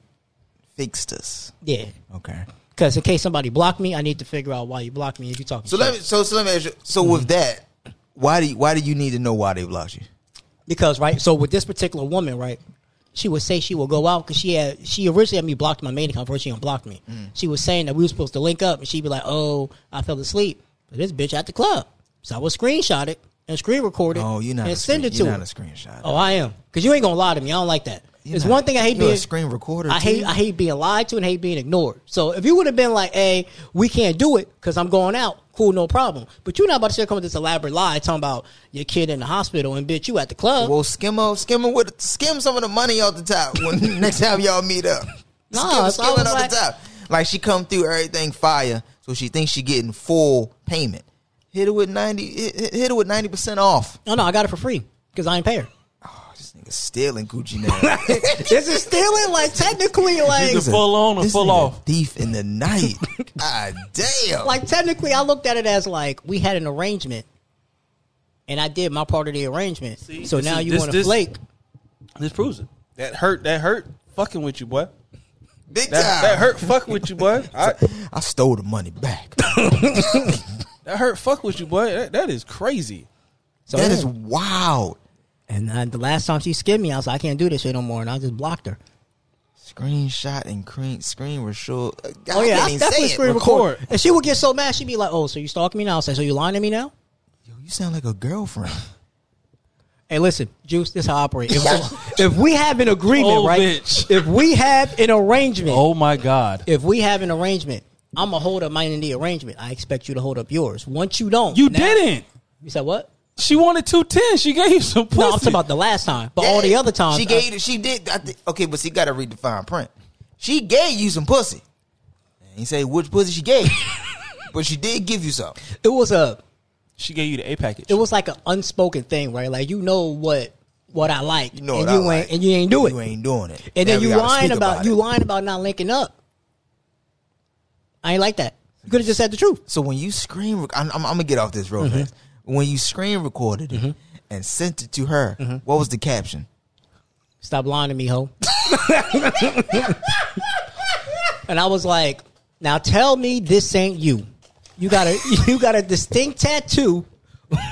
fakesters.
Yeah,
Okay.
because in case somebody blocked me, I need to figure out why you blocked me. If you talking
So
shit.
let me. So, so let me ask you. So with that, why do you, why do you need to know why they blocked you?
because right. So with this particular woman, right, she would say she will go out because she had she originally had me blocked in my main account before she unblocked me.
Mm.
She was saying that we were supposed to link up, and she'd be like, "Oh, I fell asleep." But this bitch at the club, so I would screenshot it and screen record it.
Oh, you're not.
and
a
send
screen,
it to
you're
her.
not a screenshot.
Oh, I am. Because you ain't gonna lie to me. I don't like that.
You're
it's
not-
one thing I hate
you're a
being
screen recorder,
I hate
too.
I hate being lied to and hate being ignored. So if you would have been like, "Hey, we can't do it because I'm going out," cool, no problem. But you're not about to sit come with this elaborate lie talking about your kid in the hospital and bitch, you at the club.
Well, skim off, skim with, skim some of the money off the top <laughs> when next time y'all meet up.
Nah,
skim,
it's
skim it
always
off
like-
the top. Like she come through everything fire, so she thinks she getting full payment. Hit her with ninety, hit, hit- hit her with ninety percent off.
no, no, I got it for free because I ain't pay her.
Oh, this nigga stealing Gucci <laughs> now.
<laughs> this is stealing, like <laughs> technically, like
This nigga-
full on or
this
full
nigga
off?
Thief in the <laughs> night. God damn.
like technically, I looked at it as like we had an arrangement, and I did my part of the arrangement.
See,
so
this
now
is-
you
this-
want to
this-
flake?
This proves it. That hurt. That hurt. Fucking with you, boy.
big
That,
time.
that hurt. Fuck with you, boy. <laughs> I,
I stole the money <laughs> back.
that hurt. Fuck with you, boy. That, that is crazy.
So
that
yeah.
is wild.
And uh, the last time she skimmed me, I was like, I can't do this shit no more, and I just blocked her.
Screenshot and screen screen were sure.
Oh yeah, I,
can't even say
definitely
it.
screen
Record.
record. And she would get so mad, she'd be like, "Oh, so you stalking me now?" I say, "So you lying to me now?"
Yo, you sound like a girlfriend.
Hey, listen, Juice, this how I operate. If, if, if we have an agreement,
Oh,
right?
bitch.
If we have an arrangement,
Oh my god.
if we have an arrangement, I'm a hold up mine in the arrangement. I expect you to hold up yours. Once you don't,
You
now-
didn't.
You said what?
She wanted two ten. She gave you some pussy.
No, I'm talking about the last time, but <laughs> all the other times, uh,
she
I,
gave, she did. I thi- okay, but she got to read the fine print. She gave you some pussy. And you say which pussy she gave,
<laughs>
but she did give you some.
it was a
she gave you the A package.
it was like an unspoken thing, right? Like you know what what I like,
You know
and
what I
you ain't
like.
and you ain't do it.
You ain't doing it.
And
Now
then
we
you
gotta
lying
speak
about, you
it.
lying about not linking up. I ain't like that. You could have just said the truth.
So when you screen, rec- I'm, I'm, I'm gonna get off this
Mm-hmm.
real fast. When you screen recorded it and sent it to her,
Mm-hmm.
what was the caption?
Stop lying to me, ho. <laughs> and I was like, now tell me this ain't you. You got a <laughs> you got a distinct tattoo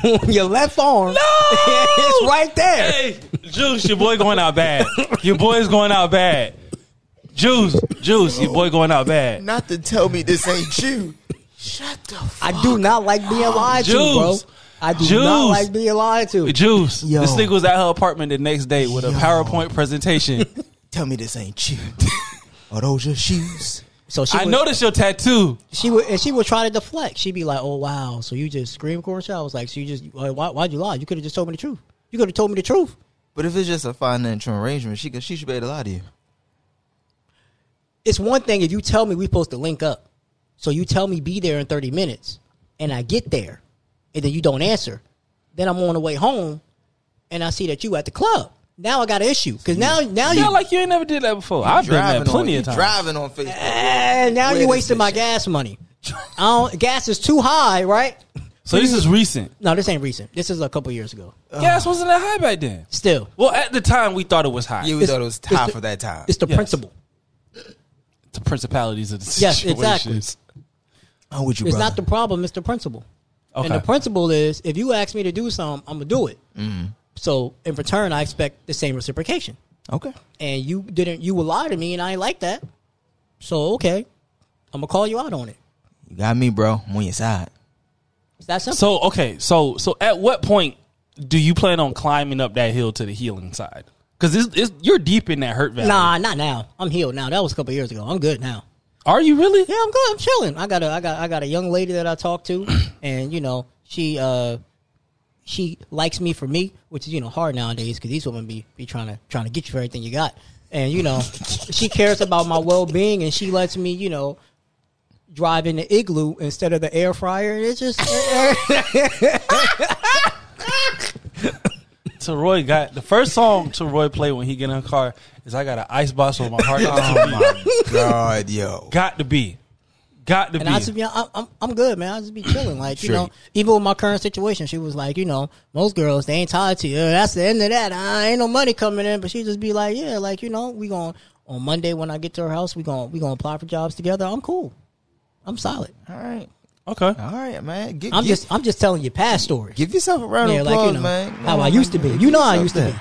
on your left arm. No! <laughs> it's right there.
Hey, Juice, your boy going out bad. Your boy's going out bad. Juice, Juice, your boy going out bad.
Not to tell me this ain't you. Shut the. Fuck.
I do not like being lied to, bro.
Juice.
I do not
Juice.
like being lied to.
Juice,
Yo.
this nigga was at her apartment the next day with a
Yo. <laughs>
PowerPoint presentation.
Tell me this ain't you. <laughs> Are those your shoes?
So she
I
was-
noticed your tattoo.
she would and she would try to deflect. She'd be like, "Oh wow, so you just scream record shit?" I was like, "So you just why, why- why'd you lie? You could have just told me the truth. You could have told me the truth."
But if it's just a financial arrangement, she can, she should be able to lie to you.
It's one thing if you tell me we supposed to link up, so you tell me be there in thirty minutes, and I get there, and then you don't answer. Then I'm on the way home, and I see that you at the club. Now I got an issue because now now
Yeah,
you
like you ain't never did that before. I've done that plenty
on, you
of times.
Driving on Facebook.
Eh, now
Where
you
this
wasting my
bitch at?
gas money. I don't, gas is too high, right?
So this is recent.
No, this ain't recent. This is a couple years ago.
Gas wasn't that high back then.
Still,
Well, at the time we thought it was high.
Yeah, we thought it was time for that time.
it's the
Yes.
principle.
the principalities of the
Yes,
situation.
exactly.
I'm with you,
It's
brother.
not the problem, it's the principle. And
Okay.
the principle is if you ask me to do something, I'm going to do it.
Mm-hmm.
So in return, I expect the same reciprocation.
okay.
And you didn't, you would lie to me, and I ain't like that. So, okay, I'm going to call you out on it.
You got me, bro. I'm on your
<laughs>
side.
It's that simple.
So okay, so so at what point do you plan on climbing up that hill to the healing side? Because it's, it's, you're deep in that hurt valley.
nah, not now. I'm healed now. That was a couple years ago. I'm good now.
Are you really?
<laughs> Yeah, I'm good. I'm chilling. I got a I got I got a young lady that I talk to, and you know she uh she likes me for me, which is you know hard nowadays because these women be be trying to trying to get you for everything you got, and you know she cares about my well being and she lets me you know drive in the igloo instead of the air fryer. It's just <laughs>
Teroy got the first song Teroy played when he get in the <laughs>
<laughs>
car is "I Got an Ice Box on My Heart."
Oh my god, yo.
got to be, Got to
And
be.
I just be, I'm, I'm, I'm good, man. I just be chilling, like you know. Even with my current situation, she was like, you know, most girls they ain't tied to you. That's the end of that. I ain't no money coming in, but she just be like, yeah, like you know, we going on Monday when I get to her house, we going we gonna apply for jobs together. I'm cool. I'm solid.
All right,
okay.
all right, man. Give,
I'm
give-
just I'm just telling you past stories.
give yourself a round
yeah,
of
like
applause,
you know
man.
how I used to be. You know how I used to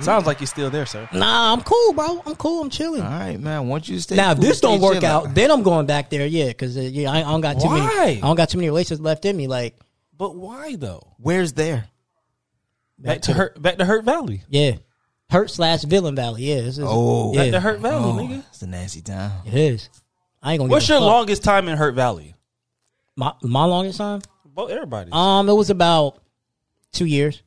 Sounds like you're still there, sir.
be. Nah, I'm cool, bro. I'm cool. I'm chilling.
All right, man. Once you to stay.
Now, if
cool,
this don't
stay
work
chilling.
out, then I'm going back there. Yeah, because uh, yeah, I, I don't got too
Why?
many. I don't got too many relationships left in me. Like
But why though?
where's there?
Back, to hurt. Back to hurt Valley.
Yeah. Hurt slash villain valley. Yeah. This is,
Oh.
yeah.
Back to hurt Valley, nigga.
It's a nasty time.
It is. I ain't gonna.
What's
give
your
a fuck.
longest time in Hurt Valley?
My, my longest time?
Both everybody.
Um, it was about two years.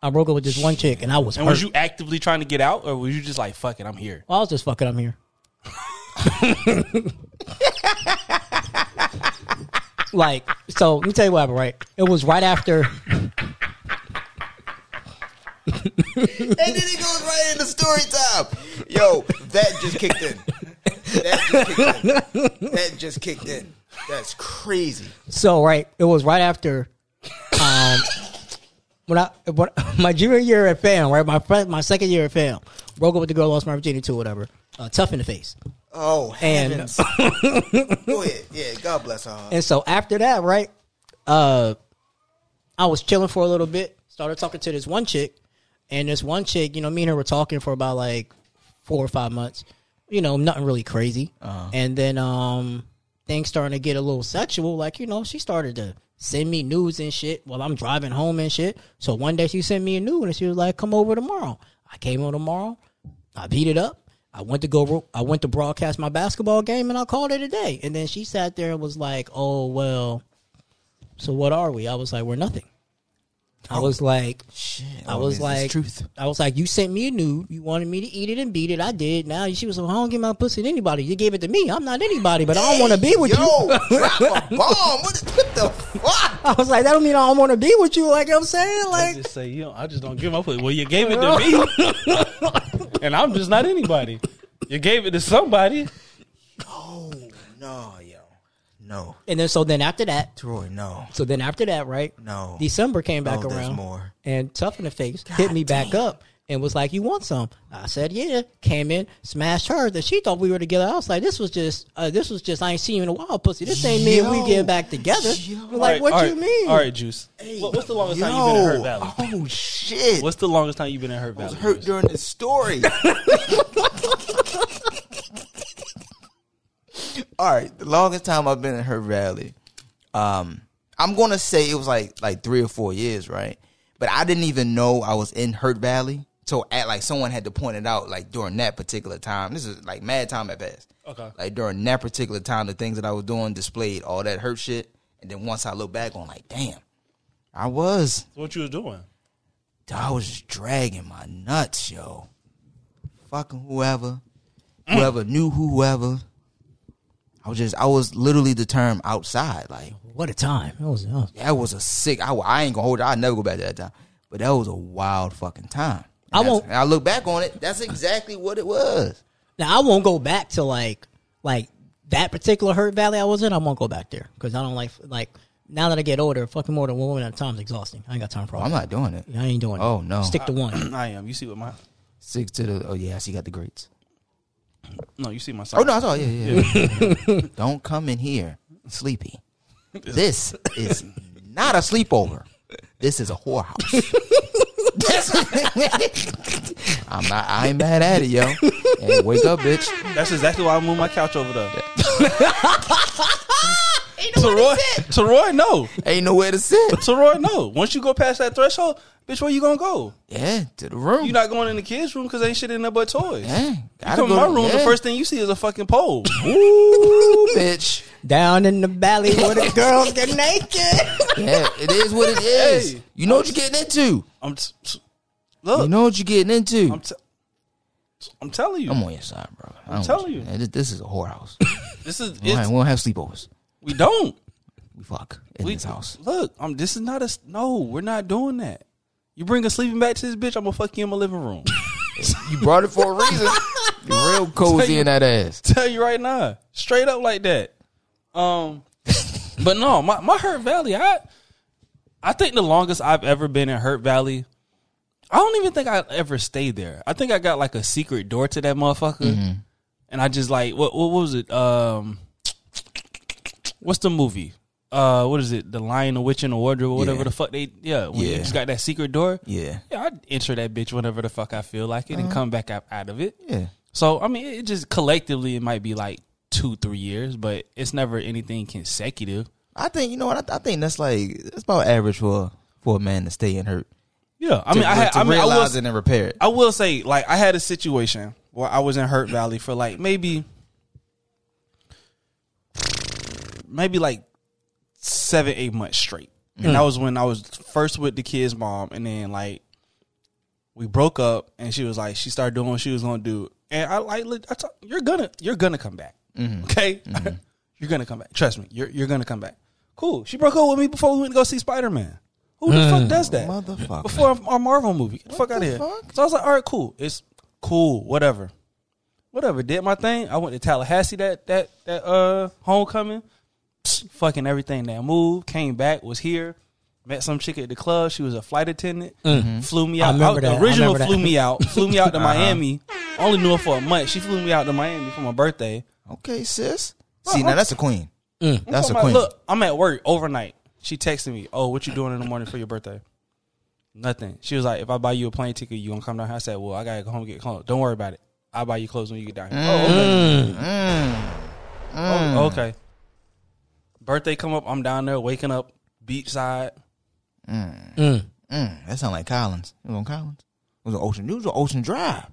I broke up with this one chick, and I was
and
hurt.
was you actively trying to get out, or was you just like, "Fuck it, I'm here"?
Well, I was just fucking.
<laughs>
I'm here. like so, let me tell you what happened. Right, it was right after.
And then it goes right into story time. Yo, that just kicked in. That just kicked in. That just kicked in. That's crazy.
So right, it was right after. Um, when I when, <laughs> my junior year at fam, right, my friend, my second year at fam, broke up with the girl, lost my virginity to, whatever. Uh, tough in the face.
Oh,
And-
heavens. Go ahead. Yeah, God bless her.
And so after that, right, uh, I was chilling for a little bit. Started talking to this one chick, and this one chick, you know, me and her were talking for about like four or five months. You know, nothing really crazy. And then um, things starting to get a little sexual. Like you know, she started to send me news and shit while I'm driving home and shit. So one day she sent me a nude and she was like, "Come over tomorrow." I came over tomorrow. I beat it up. I went to go. I went to broadcast my basketball game, and I called it a day. And then she sat there and was like, "Oh well, so what are we?" I was like, "We're nothing." I was like, I
Oh, this
was
is
like,
truth.
I was like, you sent me a nude. You wanted me to eat it and beat it. I did. Now she was like, I don't give my pussy to anybody. You gave it to me. I'm not anybody, but I don't want to be with
Yo,
you.
drop a bomb. What the, what the fuck?
I was like, that don't mean I don't want to be with you. Like you know what I'm saying,
I
like
just say, you know, I just don't give up. Well, you gave it to me, <laughs> and I'm just not anybody. You gave it to somebody.
No, yo. No.
And then so then after that,
Troy, no.
so then after that, right?
No.
December came back
Oh, there's
around
more.
and tough in the face hit me back up and was like, "You want some?" I said, "Yeah." Came in, smashed her. That she thought we were together. I was like, "This was just, uh, this was just. I ain't seen you in a while, pussy. This ain't me and
Yo.
we get back together." Like, what
All right,
you mean?
All right, Juice. What- what's the longest time you've been in Hurt Valley?
Oh, shit.
What's the longest time you've been in Hurt Valley?
hurt
Juice?
during this story. All right, the longest time I've been in her rally, um, I'm gonna say it was like like three or four years, right? But I didn't even know I was in Hurt Valley till at like someone had to point it out, like during that particular time. This is like mad time at best.
Okay.
Like during that particular time, the things that I was doing displayed all that hurt shit, and then once I look back on, like, damn, I was
What you was doing?
I was just dragging my nuts, yo. Fucking whoever, whoever knew whoever. I was just, I was literally the term outside. Like
What a time! That was, uh,
that was a sick. I, I ain't gonna hold it. I never go back to that time. But that was a wild fucking time. And
I
that's-
won't-
and I look back on it. That's exactly what it was.
now I won't go back to like like that particular hurt valley I was in. I won't go back there because I don't like like now that I get older, fucking more than one woman at a time is exhausting. I ain't got time for all.
Oh, I'm not
that.
doing it.
I ain't doing it.
Oh, no.
stick to one. <clears throat>
I am. You see what my?
Six to the. Oh yeah, I see. You got the greats.
No, you see my.
Oh no, I saw. Yeah, yeah.
<laughs>
yeah. Don't come in here sleepy. This is not a sleepover. This is a
<laughs>
whorehouse. This- I'm not. I ain't mad at it, yo. Hey, wake up, bitch.
That's exactly why I moved my couch over <laughs> there. Teroy, Teroy, no.
Ain't nowhere to sit.
Teroy, no. Once you go past that threshold, bitch, where you gonna go?
Yeah, to the room.
You not going in the kids' room because ain't shit in there but toys.
yeah,
You
gotta
come in
go
my
to-
room, the
yeah.
first thing you see is a fucking
<laughs>
pole.
Ooh, bitch.
Down in the valley
<laughs>
where the girls get naked.
Yeah, it is what it is.
Hey.
You know what you're getting into.
I'm t- t- look.
You know what you're getting into.
I'm, t- I'm telling you,
I'm on your side, bro. I don't-
telling you.
This, this is a
<laughs>
whorehouse.
this is
We
it's,
don't have sleepovers.
we don't.
We fuck in
We
this house.
look. I'm. This is not a s- no. We're not doing that. You bring a sleeping bag to this bitch. I'm gonna fuck you in my living room.
You brought it for a reason. You're <laughs> real cozy in that ass.
tell you right now, straight up like that.
<laughs>
Um, but no, my my Hurt Valley, I I think the longest I've ever been in Hurt Valley. I don't even think I ever stayed there. I think I got like a secret door to that motherfucker,
Mm-hmm.
and I just like what what was it? Um, what's the movie? Uh, what is it? The Lion, the Witch, and the Wardrobe, or whatever
Yeah.
the fuck they. Yeah, when you
Yeah.
just got that secret door.
Yeah.
Yeah, I'd enter that bitch whenever the fuck I feel like it
Uh-huh.
and come back out, out of it.
Yeah.
So, I mean, it just collectively, it might be like two, three years, but it's never anything consecutive.
I think you know what I, I think that's like that's about average for for a man to stay in hurt.
Yeah. I mean, I, had,
to
I, mean I,
realize
will,
it and repair it.
I will say, like, I had a situation where I was in Hurt Valley for like maybe, maybe like seven, eight months straight. And that was when I was first with the kid's mom, and then like we broke up, and she was like, she started doing what she was gonna do, and I like, lit- I talk, you're gonna, you're gonna come back, okay? <laughs> you're gonna come back. Trust me, you're you're gonna come back. Cool. She broke up with me before we went to go see Spider Man. Who the fuck does that?
Motherfucker.
Before our- our Marvel movie, get the fuck out of here. So I was like, all right, cool. It's cool, whatever, whatever. Did my thing. I went to Tallahassee that that that uh homecoming fucking everything that moved, came back, was here, met some chick at the club. She was a flight attendant, flew me
I
out.
remember that. I
Original
remember that. Uh-huh.
flew me out, flew me
<laughs>
out to Miami. Only knew her for a month. She flew me out to Miami for my birthday.
Okay, sis. See now that's a queen. That's a
Mm. I'm like,
queen.
Look, I'm at work overnight. She texted me, "Oh, what you doing in the morning for your birthday?" Nothing. She was like, "If I buy you a plane ticket, you gonna come down here?" I said, "Well, I gotta go home and get clothes. Don't worry about it. I'll buy you clothes when you get down here."
Mm.
Oh, okay. Oh, okay. Birthday come up. I'm down there waking up beachside.
That sound like Collins. It was on Collins. It was on Ocean. It was on Ocean Drive.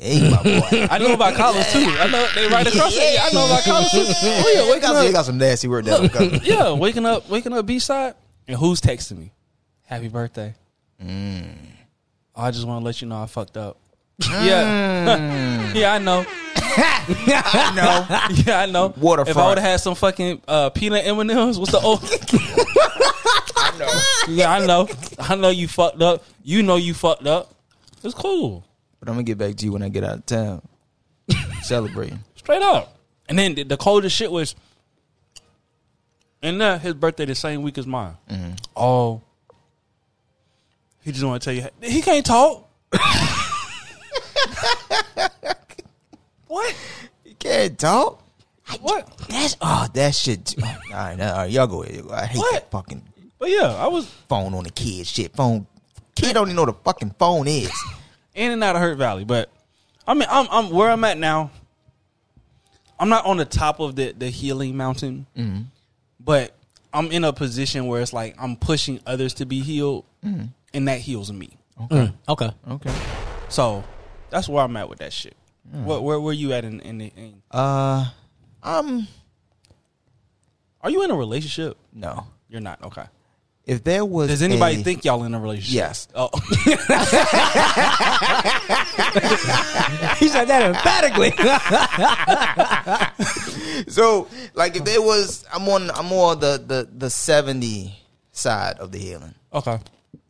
Hey, my boy.
I know about Collins too. I know they right across. Yeah, I know about
<laughs>
Collins too. Oh yeah,
They
waking
got,
up.
they got some nasty word there. Okay.
<laughs> yeah, waking up, waking up B-side, and who's texting me? Happy birthday. Mm. I just want to let you know I fucked up. Mm. Yeah. <laughs> yeah, I know.
no.
<laughs> Yeah, I know.
Waterfront.
If I would have had some fucking uh, peanut M&Ms, what's the <laughs> old? Yeah, I know. I know you fucked up. You know you fucked up. It's cool.
But I'm gonna get back to you when I get out of town. <laughs> Celebrating.
Straight up. And then the, the coldest shit was, and then his birthday the same week as mine. Oh, he just want to tell you he can't talk. what?
You can't talk.
What?
That's oh that shit. All right, all right, y'all go ahead. I hate
What?
that fucking
But yeah, I was
phone on the kid shit. Phone kid don't even know what a fucking phone is.
in and out of Hurt Valley, but I mean, I'm I'm where I'm at now. I'm not on the top of the the healing mountain, but I'm in a position where it's like I'm pushing others to be healed, and that heals me.
Okay.
Mm, Okay.
So that's where I'm at with that shit. What where were you at in, in, the, in
Uh, um,
Are you in a relationship?
no.
You're not. Okay.
If there was,
Does anybody
a-
think y'all in a relationship?
Yes.
Oh, <laughs>
He said that emphatically.
so? Like, if there was, I'm on, I'm on the the the seventy side of the healing.
okay.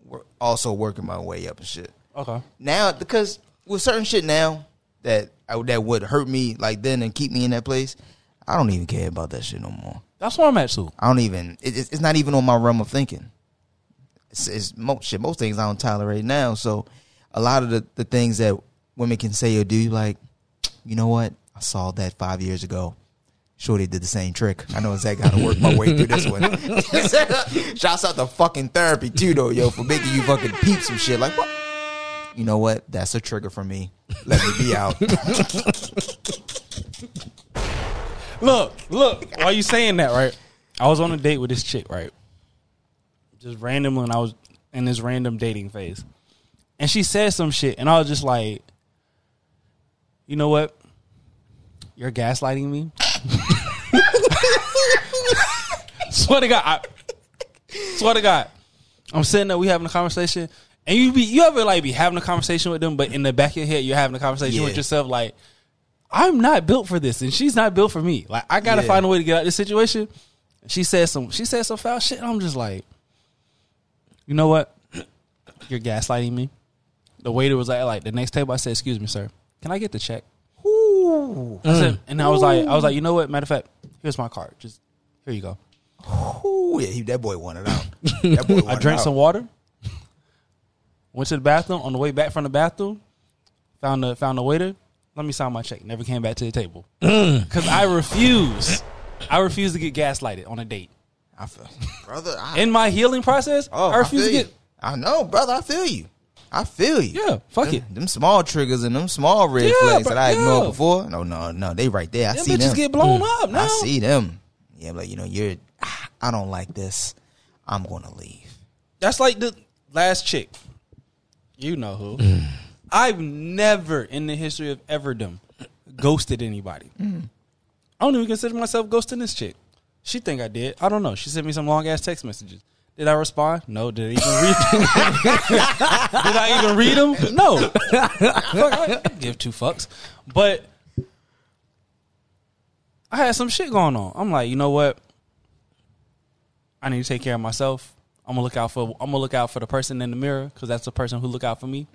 We're also working my way up and shit.
Okay.
now because with certain shit now that I, that would hurt me like then and keep me in that place, I don't even care about that shit no more.
That's where I'm at too.
I don't even it, it's it's not even on my realm of thinking. It's, it's most shit, most things I don't tolerate now. So a lot of the, the things that women can say or do, like you know what, I saw that five years ago. Sure, they did the same trick. I know exactly how to work my way through this one. <laughs> Shouts out to fucking therapy too, though, yo, for making you fucking peep some shit. Like, what? You know what? That's a trigger for me. Let me be out. <laughs>
Look, look. Why you saying that, right? I was on a date with this chick, right? Just random when I was in this random dating phase. And she said some shit, and I was just like, you know what? You're gaslighting me. <laughs> swear to God. I- swear to God. I'm sitting there, we having a conversation. And you be you ever like be having a conversation with them, but in the back of your head you're having a conversation with
Yeah.
yourself, like, I'm not built for this, and she's not built for me. Like I gotta
Yeah.
find a way to get out of this situation. She said some she said some foul <clears throat> shit. and I'm just like, you know what? You're gaslighting me. The waiter was like, like the next table, I said, "Excuse me, sir, can I get the check?" I said, and I was like, I was like, you know what? Matter of fact, here's my card. Just here you go.
Ooh, yeah, he, that boy wanted out. That boy wanted
I drank
out.
some water. Went to the bathroom. On the way back from the bathroom, found the found the waiter. Let me sign my check. Never came back to the table because I refuse. I refuse to get gaslighted on a date.
I feel, brother. I,
In my healing process,
oh, I
I
feel
refuse to
you.
get.
I know, brother. I feel you. I feel you.
Yeah, fuck it.
Them, them small triggers and them small red
Yeah,
flags
bro,
that I
yeah.
ignored before. No, no, no. They right there. I
Them
see
bitches
them.
get blown up. Now
I see them. Yeah, but you know, you're. "Ah, I don't like this. I'm gonna leave.
That's like the last chick. You know who. I've never in the history of everdom ghosted anybody. I don't even consider myself ghosting this chick. She think I did. I don't know. She sent me some long ass text messages. Did I respond? No. Did I even read them? <laughs> did I even read them? No. Fuck, I don't give two fucks. But I had some shit going on. I'm like, you know what? I need to take care of myself. I'm gonna look out for I'm gonna look out for the person in the mirror because that's the person who look out for me.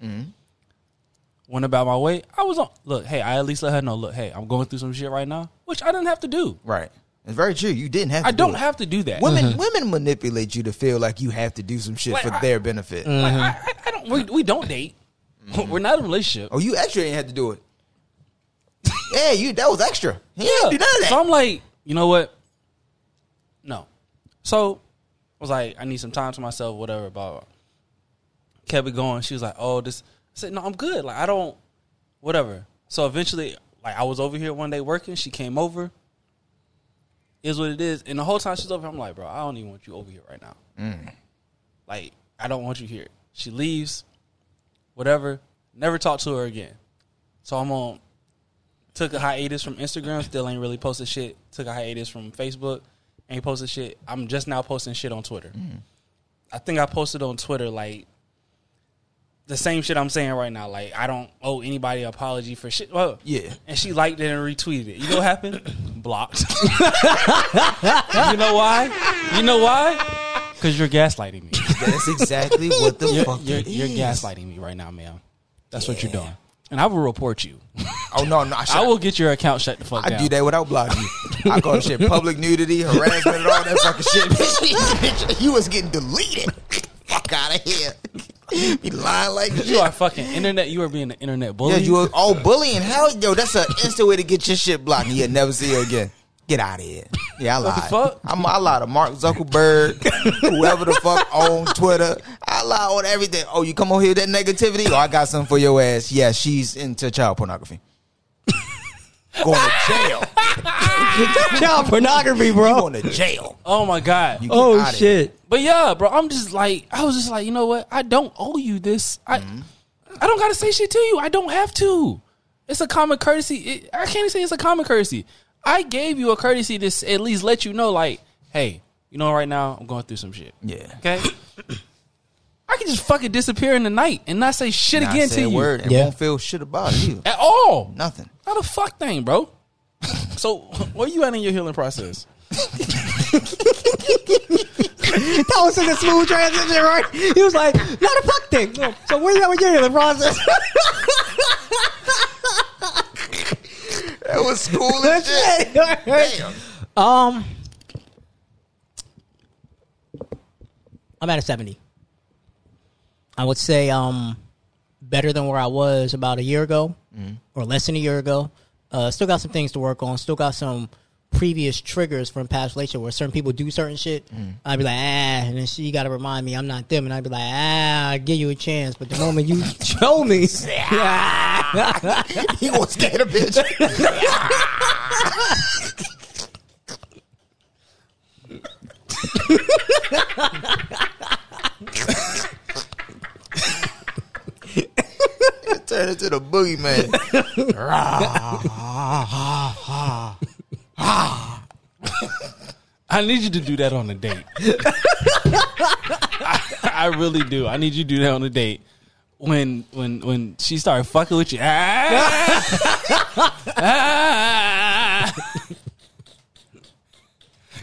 Went about my way. I was on. Look, hey, I at least let her know. Look, hey, I'm going through some shit right now, which I didn't have to do.
Right. It's very true. You didn't have. To
I don't
do it.
have to do that.
Women <laughs> women manipulate you to feel like you have to do some shit
Like,
for
I- Mm.
their benefit.
Like, I, I, I don't. We, we don't date. <laughs> We're not in a relationship.
Oh, you extra didn't have to do it. <laughs> yeah, you that was extra. You yeah, do none of that.
So I'm like, you know what? No. So I was like, I need some time to myself, whatever, blah, blah. Kept it going. She was like, oh, this. I said, no, I'm good. Like, I don't, whatever. So eventually, like, I was over here one day working. She came over. Is what it is. And the whole time she's over, I'm like, bro, I don't even want you over here right now. Like, I don't want you here. She leaves, whatever. Never talk to her again. So I'm on took a hiatus from Instagram, still ain't really posted shit. Took a hiatus from Facebook, ain't posted shit. I'm just now posting shit on Twitter. I think I posted on Twitter like the same shit I'm saying right now. Like I don't owe anybody an apology for shit. Well,
Yeah.
And she liked it and retweeted it. You know what happened? Blocked. <laughs> you know why? You know why? Because you're gaslighting me.
That's exactly what the
<laughs> You're,
fuck
you're,
it
you're
is.
gaslighting me right now, ma'am. That's what you're doing. And I will report you.
Oh no, no, I,
I will get your account shut the fuck
I
down.
do that without blocking you. I call shit public nudity, harassment, and all that fucking <laughs> shit. Bitch, bitch, you was getting deleted. Fuck out of here. <laughs> Be lying like shit.
You are fucking internet. You are being an internet bully.
yeah, you were all bullying. Hell, yo, that's an instant way to get your shit blocked. and You'll never see her again. Get out of here. Yeah, I lied.
fuck?
I'm, I lied to Mark Zuckerberg, whoever the fuck on Twitter. I lied on everything. Oh, you come on here with that negativity? Oh, I got something for your ass. Yeah, she's into child pornography. Going to jail.
Child pornography, bro.
Going to jail.
oh my god.
You get
Oh
outta here.
shit.
But yeah, bro. I'm just like I was just like you know what? I don't owe you this. I
Mm-hmm.
I don't gotta say shit to you. I don't have to. It's a common courtesy. It, I can't even say it's a common courtesy. I gave you a courtesy to s- at least let you know, like, hey, you know, right now I'm going through some shit.
Yeah.
Okay. I can just fucking disappear in the night and not say shit
Not
again
say
to
a
you
word and
Yeah.
won't feel shit about it either.
at all.
Nothing.
Not a fuck thing, bro. so <laughs> where you at in your healing process?
<laughs> That was such a smooth transition, right? He was like, not a fuck thing. No. So where's that with you in the process?
That was cool as shit. Damn.
um I'm at a 70. I would say um better than where I was about a year ago or less than a year ago. Uh still got some things to work on. Still got some previous triggers from past relationship where certain people do certain shit. I'd be like, ah, and then she gotta remind me I'm not them and I'd be like, ah, I give you a chance. But the moment you <laughs> show me
He gonna scared a
<laughs>
bitch. Turn into the boogeyman.
I need you to do that on a <laughs> date. I, I really do. I need you to do that on a date. When when when she started fucking with you, ah, ah.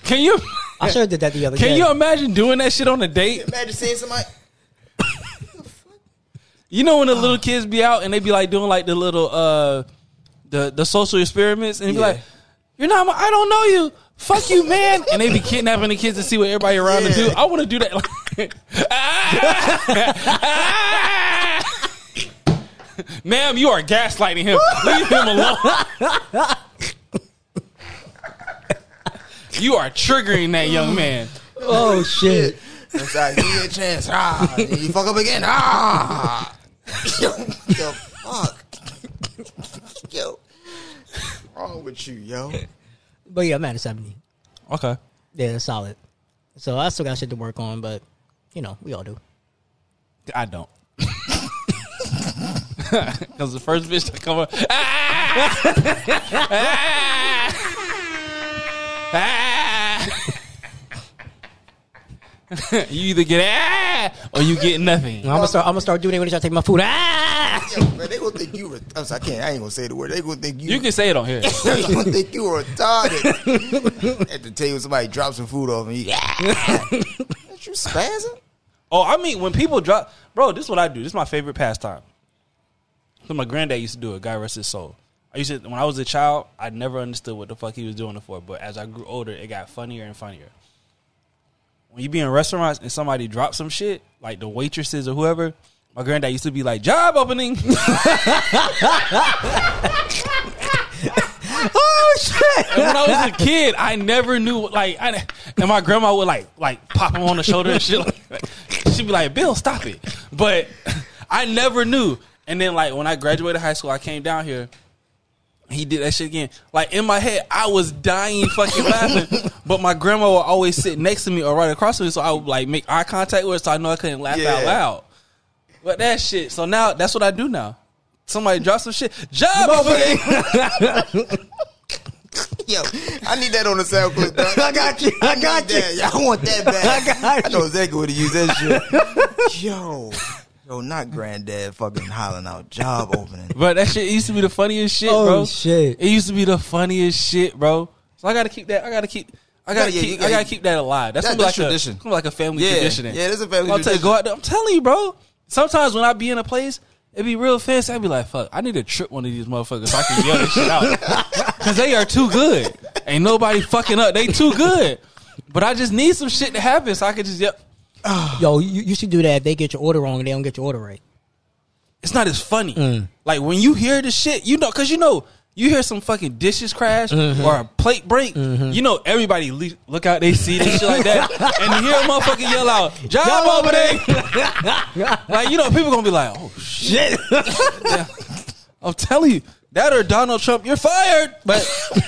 can you
I should have did that the other
can
day.
you imagine doing that shit on a date?
Imagine seeing somebody.
You know when the
Uh.
little kids be out and they be like doing like the little uh the the social experiments and you be
Yeah.
like, You're not my, I don't know you. Fuck you, man. And they be kidnapping the kids to see what everybody around them do. I wanna do that like <laughs> Ma'am, you are gaslighting him. Leave him alone. you are triggering that young man.
Oh shit!
It's like, give me a chance. Ah, and you fuck up again. Ah. Yo, the fuck? Yo. What's wrong with you, yo?
But yeah, I'm at a seventy.
Okay.
Yeah, that's solid. So I still got shit to work on, but you know we all do.
I don't. <laughs> Because the first bitch that come up, <laughs> ah, ah, ah. you either get ah or you get nothing.
I'm gonna start. I'm gonna start doing it when I take my food. Ah!
Yo, man, they gonna think you. Re- I'm sorry, I can't. I ain't gonna say the word. They gonna think you.
You can say it on here.
they gonna think you retarded. <laughs> At the table, somebody drops some food off and you. Yeah. Ain't you spazzing?
Oh, I mean, when people drop, bro, this is what I do. This is my favorite pastime. So my granddad used to do it. God rest his soul. I used to when I was a child, I never understood what the fuck he was doing it for. But as I grew older, it got funnier and funnier. When you be in restaurants and somebody drops some shit, like the waitresses or whoever, my granddad used to be like, "Job opening." <laughs>
Oh shit!
And when I was a kid, I never knew like I, and my grandma would like like pop him on the shoulder and shit. Like, she'd be like, "Bill, stop it!" But <laughs> I never knew. And then like when I graduated high school, I came down here. He did that shit again. Like in my head, I was dying fucking laughing. But my grandma would always sit next to me or right across from me, so I would like make eye contact with her, so I know I couldn't laugh
Yeah.
out loud. But that shit. So now that's what I do now. Somebody drops some shit. Job opening.
Yo, I need that on the sound clip.
<laughs>
Dog.
I got you. I
need
got you.
that. I want that back.
I got
know exactly where to use that
<laughs>
shit. yo, yo, not granddad fucking hollering out job opening.
Bro, that shit used to be the funniest shit,
Oh,
bro.
shit.
It used to be the funniest shit, bro. So I gotta keep that. I gotta keep. I gotta
Yeah, yeah,
keep.
you
I
gotta-
gotta keep that alive. That's
That-
gonna be like
that's tradition.
a gonna be like a family
Yeah,
tradition.
yeah, that's a family
I'll tell you,
tradition.
go out there. I'm telling you, bro. Sometimes when I be in a place, it be real fancy. I be like, fuck, I need to trip one of these motherfuckers so I can yell this shit
<laughs>
out because they are too good. Ain't nobody fucking up. They too good. But I just need some shit to happen so I can just yell.
Yo, you, you should do that. If they get your order wrong, and they don't get your order right.
it's not as funny. Like when you hear the shit, you know, because you know, you hear some fucking dishes crash or a plate break, you know, everybody le- look out, they see this shit like <laughs> that, and you hear a motherfucker yell out, "Job, over there!" <laughs> like you know, people gonna be like, "Oh shit!"
<laughs>
Yeah. I'm telling you. That or Donald Trump, you're fired. But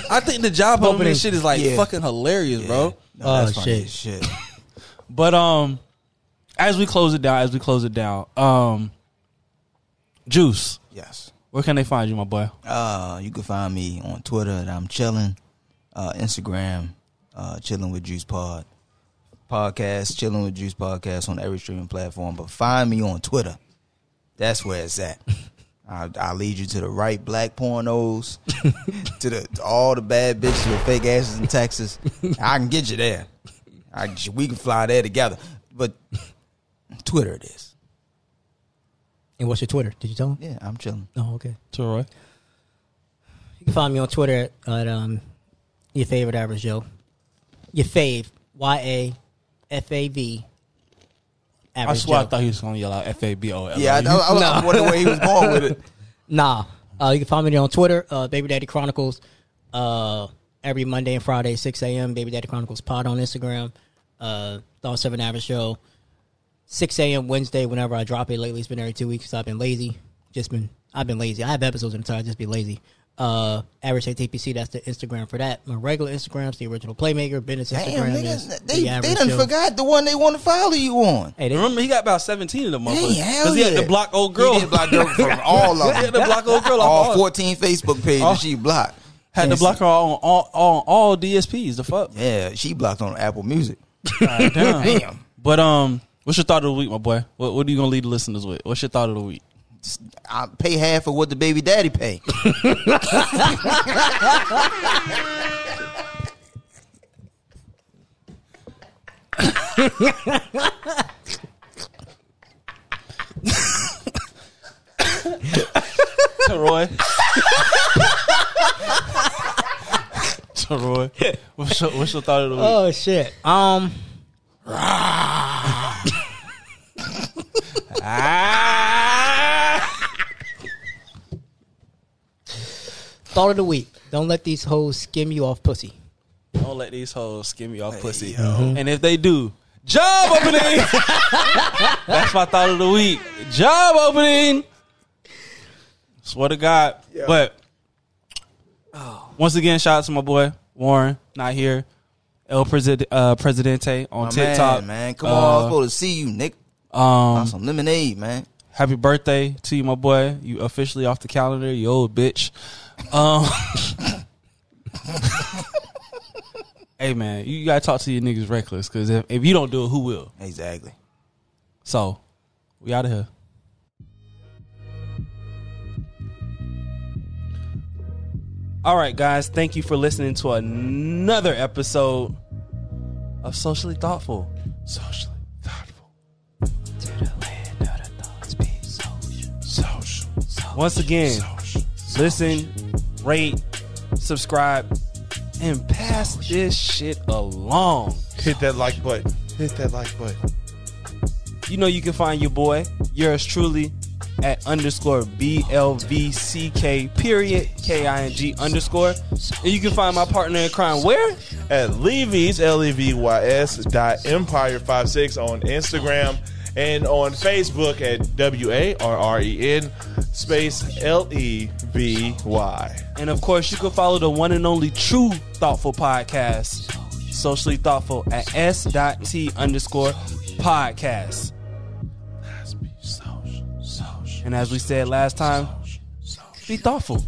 I think the job opening shit is like
Yeah.
fucking hilarious, bro.
oh
That's funny as
shit!
shit.
But um, as we close it down, as we close it down, um, Juice,
Yes.
where can they find you, my boy?
Uh, you can find me on Twitter at I'm chilling, uh, Instagram, uh, chilling with Juice Pod, podcast, chilling with Juice podcast on every streaming platform. But find me on Twitter. That's where it's at. I, I lead you to the right black pornos, to the to all the bad bitches with fake asses in Texas. I can get you there. I can- we can fly there together. But Twitter it is.
And what's your Twitter? Did you tell them?
Yeah, I'm chilling.
Oh, okay.
Troy.
You can find me on Twitter at, at um, your favorite average Joe. Your fave Y A F A V.
I
Average
swear I
Joe.
thought he was gonna yell out F A B O L.
Yeah, I, I, I, was wondering where he was going with it.
Nah. Uh, you can find me there on Twitter, uh, Baby Daddy Chronicles. Uh, every Monday and Friday, 6 a.m. Baby Daddy Chronicles pod on Instagram. Uh, Thought 7 Average Show. 6 a.m. Wednesday, whenever I drop it. Lately, it's been every two weeks 'cause I've been lazy. Just been, I've been lazy. I have episodes in the time, I just be lazy. Uh, Average ATPC, that's the Instagram for that. My regular Instagram's the original Playmaker. Business Instagram
Damn,
is
niggas,
the
they, they
Average
done
Show.
forgot the one they want to follow you on.
Hey, they,
Remember he got about seventeen of them motherfuckers.
Hey, hell
he had
yeah.
to block old girl.
He
<laughs>
did block her from <laughs> all of
He had
them.
to block old girl. off
all
All
14 Facebook pages
All-
she blocked.
Had to block her on all on all DSPs. The fuck.
Yeah, she blocked on Apple Music.
Damn. But um, what's your thought of the week, my boy? What, what are you gonna leave the listeners with? What's your thought of the week?
I pay half of what the baby daddy pay.
<laughs> Roy. Roy, what's your, what's your thought of the week?
Oh shit. Um. Thought of the week. Don't let these hoes skim you off pussy.
Don't let these hoes skim you off pussy. And if they do, job opening. <laughs> That's my thought of the week. Job opening. Swear to God. But once again, shout out to my boy Warren, not here. El Presid- uh, Presidente on
My
TikTok.
man, man. Come on, I was
Uh,
supposed to see you, Nick.
Um,
Some lemonade, man.
happy birthday to you, my boy. You officially off the calendar, you old bitch. Um, <laughs> hey man, you gotta talk to your niggas reckless because if, if you don't do it, who will?
Exactly.
So we out of here. All right, guys, thank you for listening to another episode of Socially Thoughtful. Socially Thoughtful. To the land of the thoughts, be social. Social. Once again, listen, rate, subscribe, and pass this shit along.
Hit that like button. Hit that like button.
You know you can find your boy, yours truly, at underscore BLVCK period K I N G underscore. And you can find my partner in crime where?
at Levy's L E V Y S dot Empire 56 on Instagram and on Facebook at W A R R E N space L E V Y.
And of course, you can follow the one and only true thoughtful podcast, socially thoughtful at S dot T underscore podcast. And as we said last time, be thoughtful.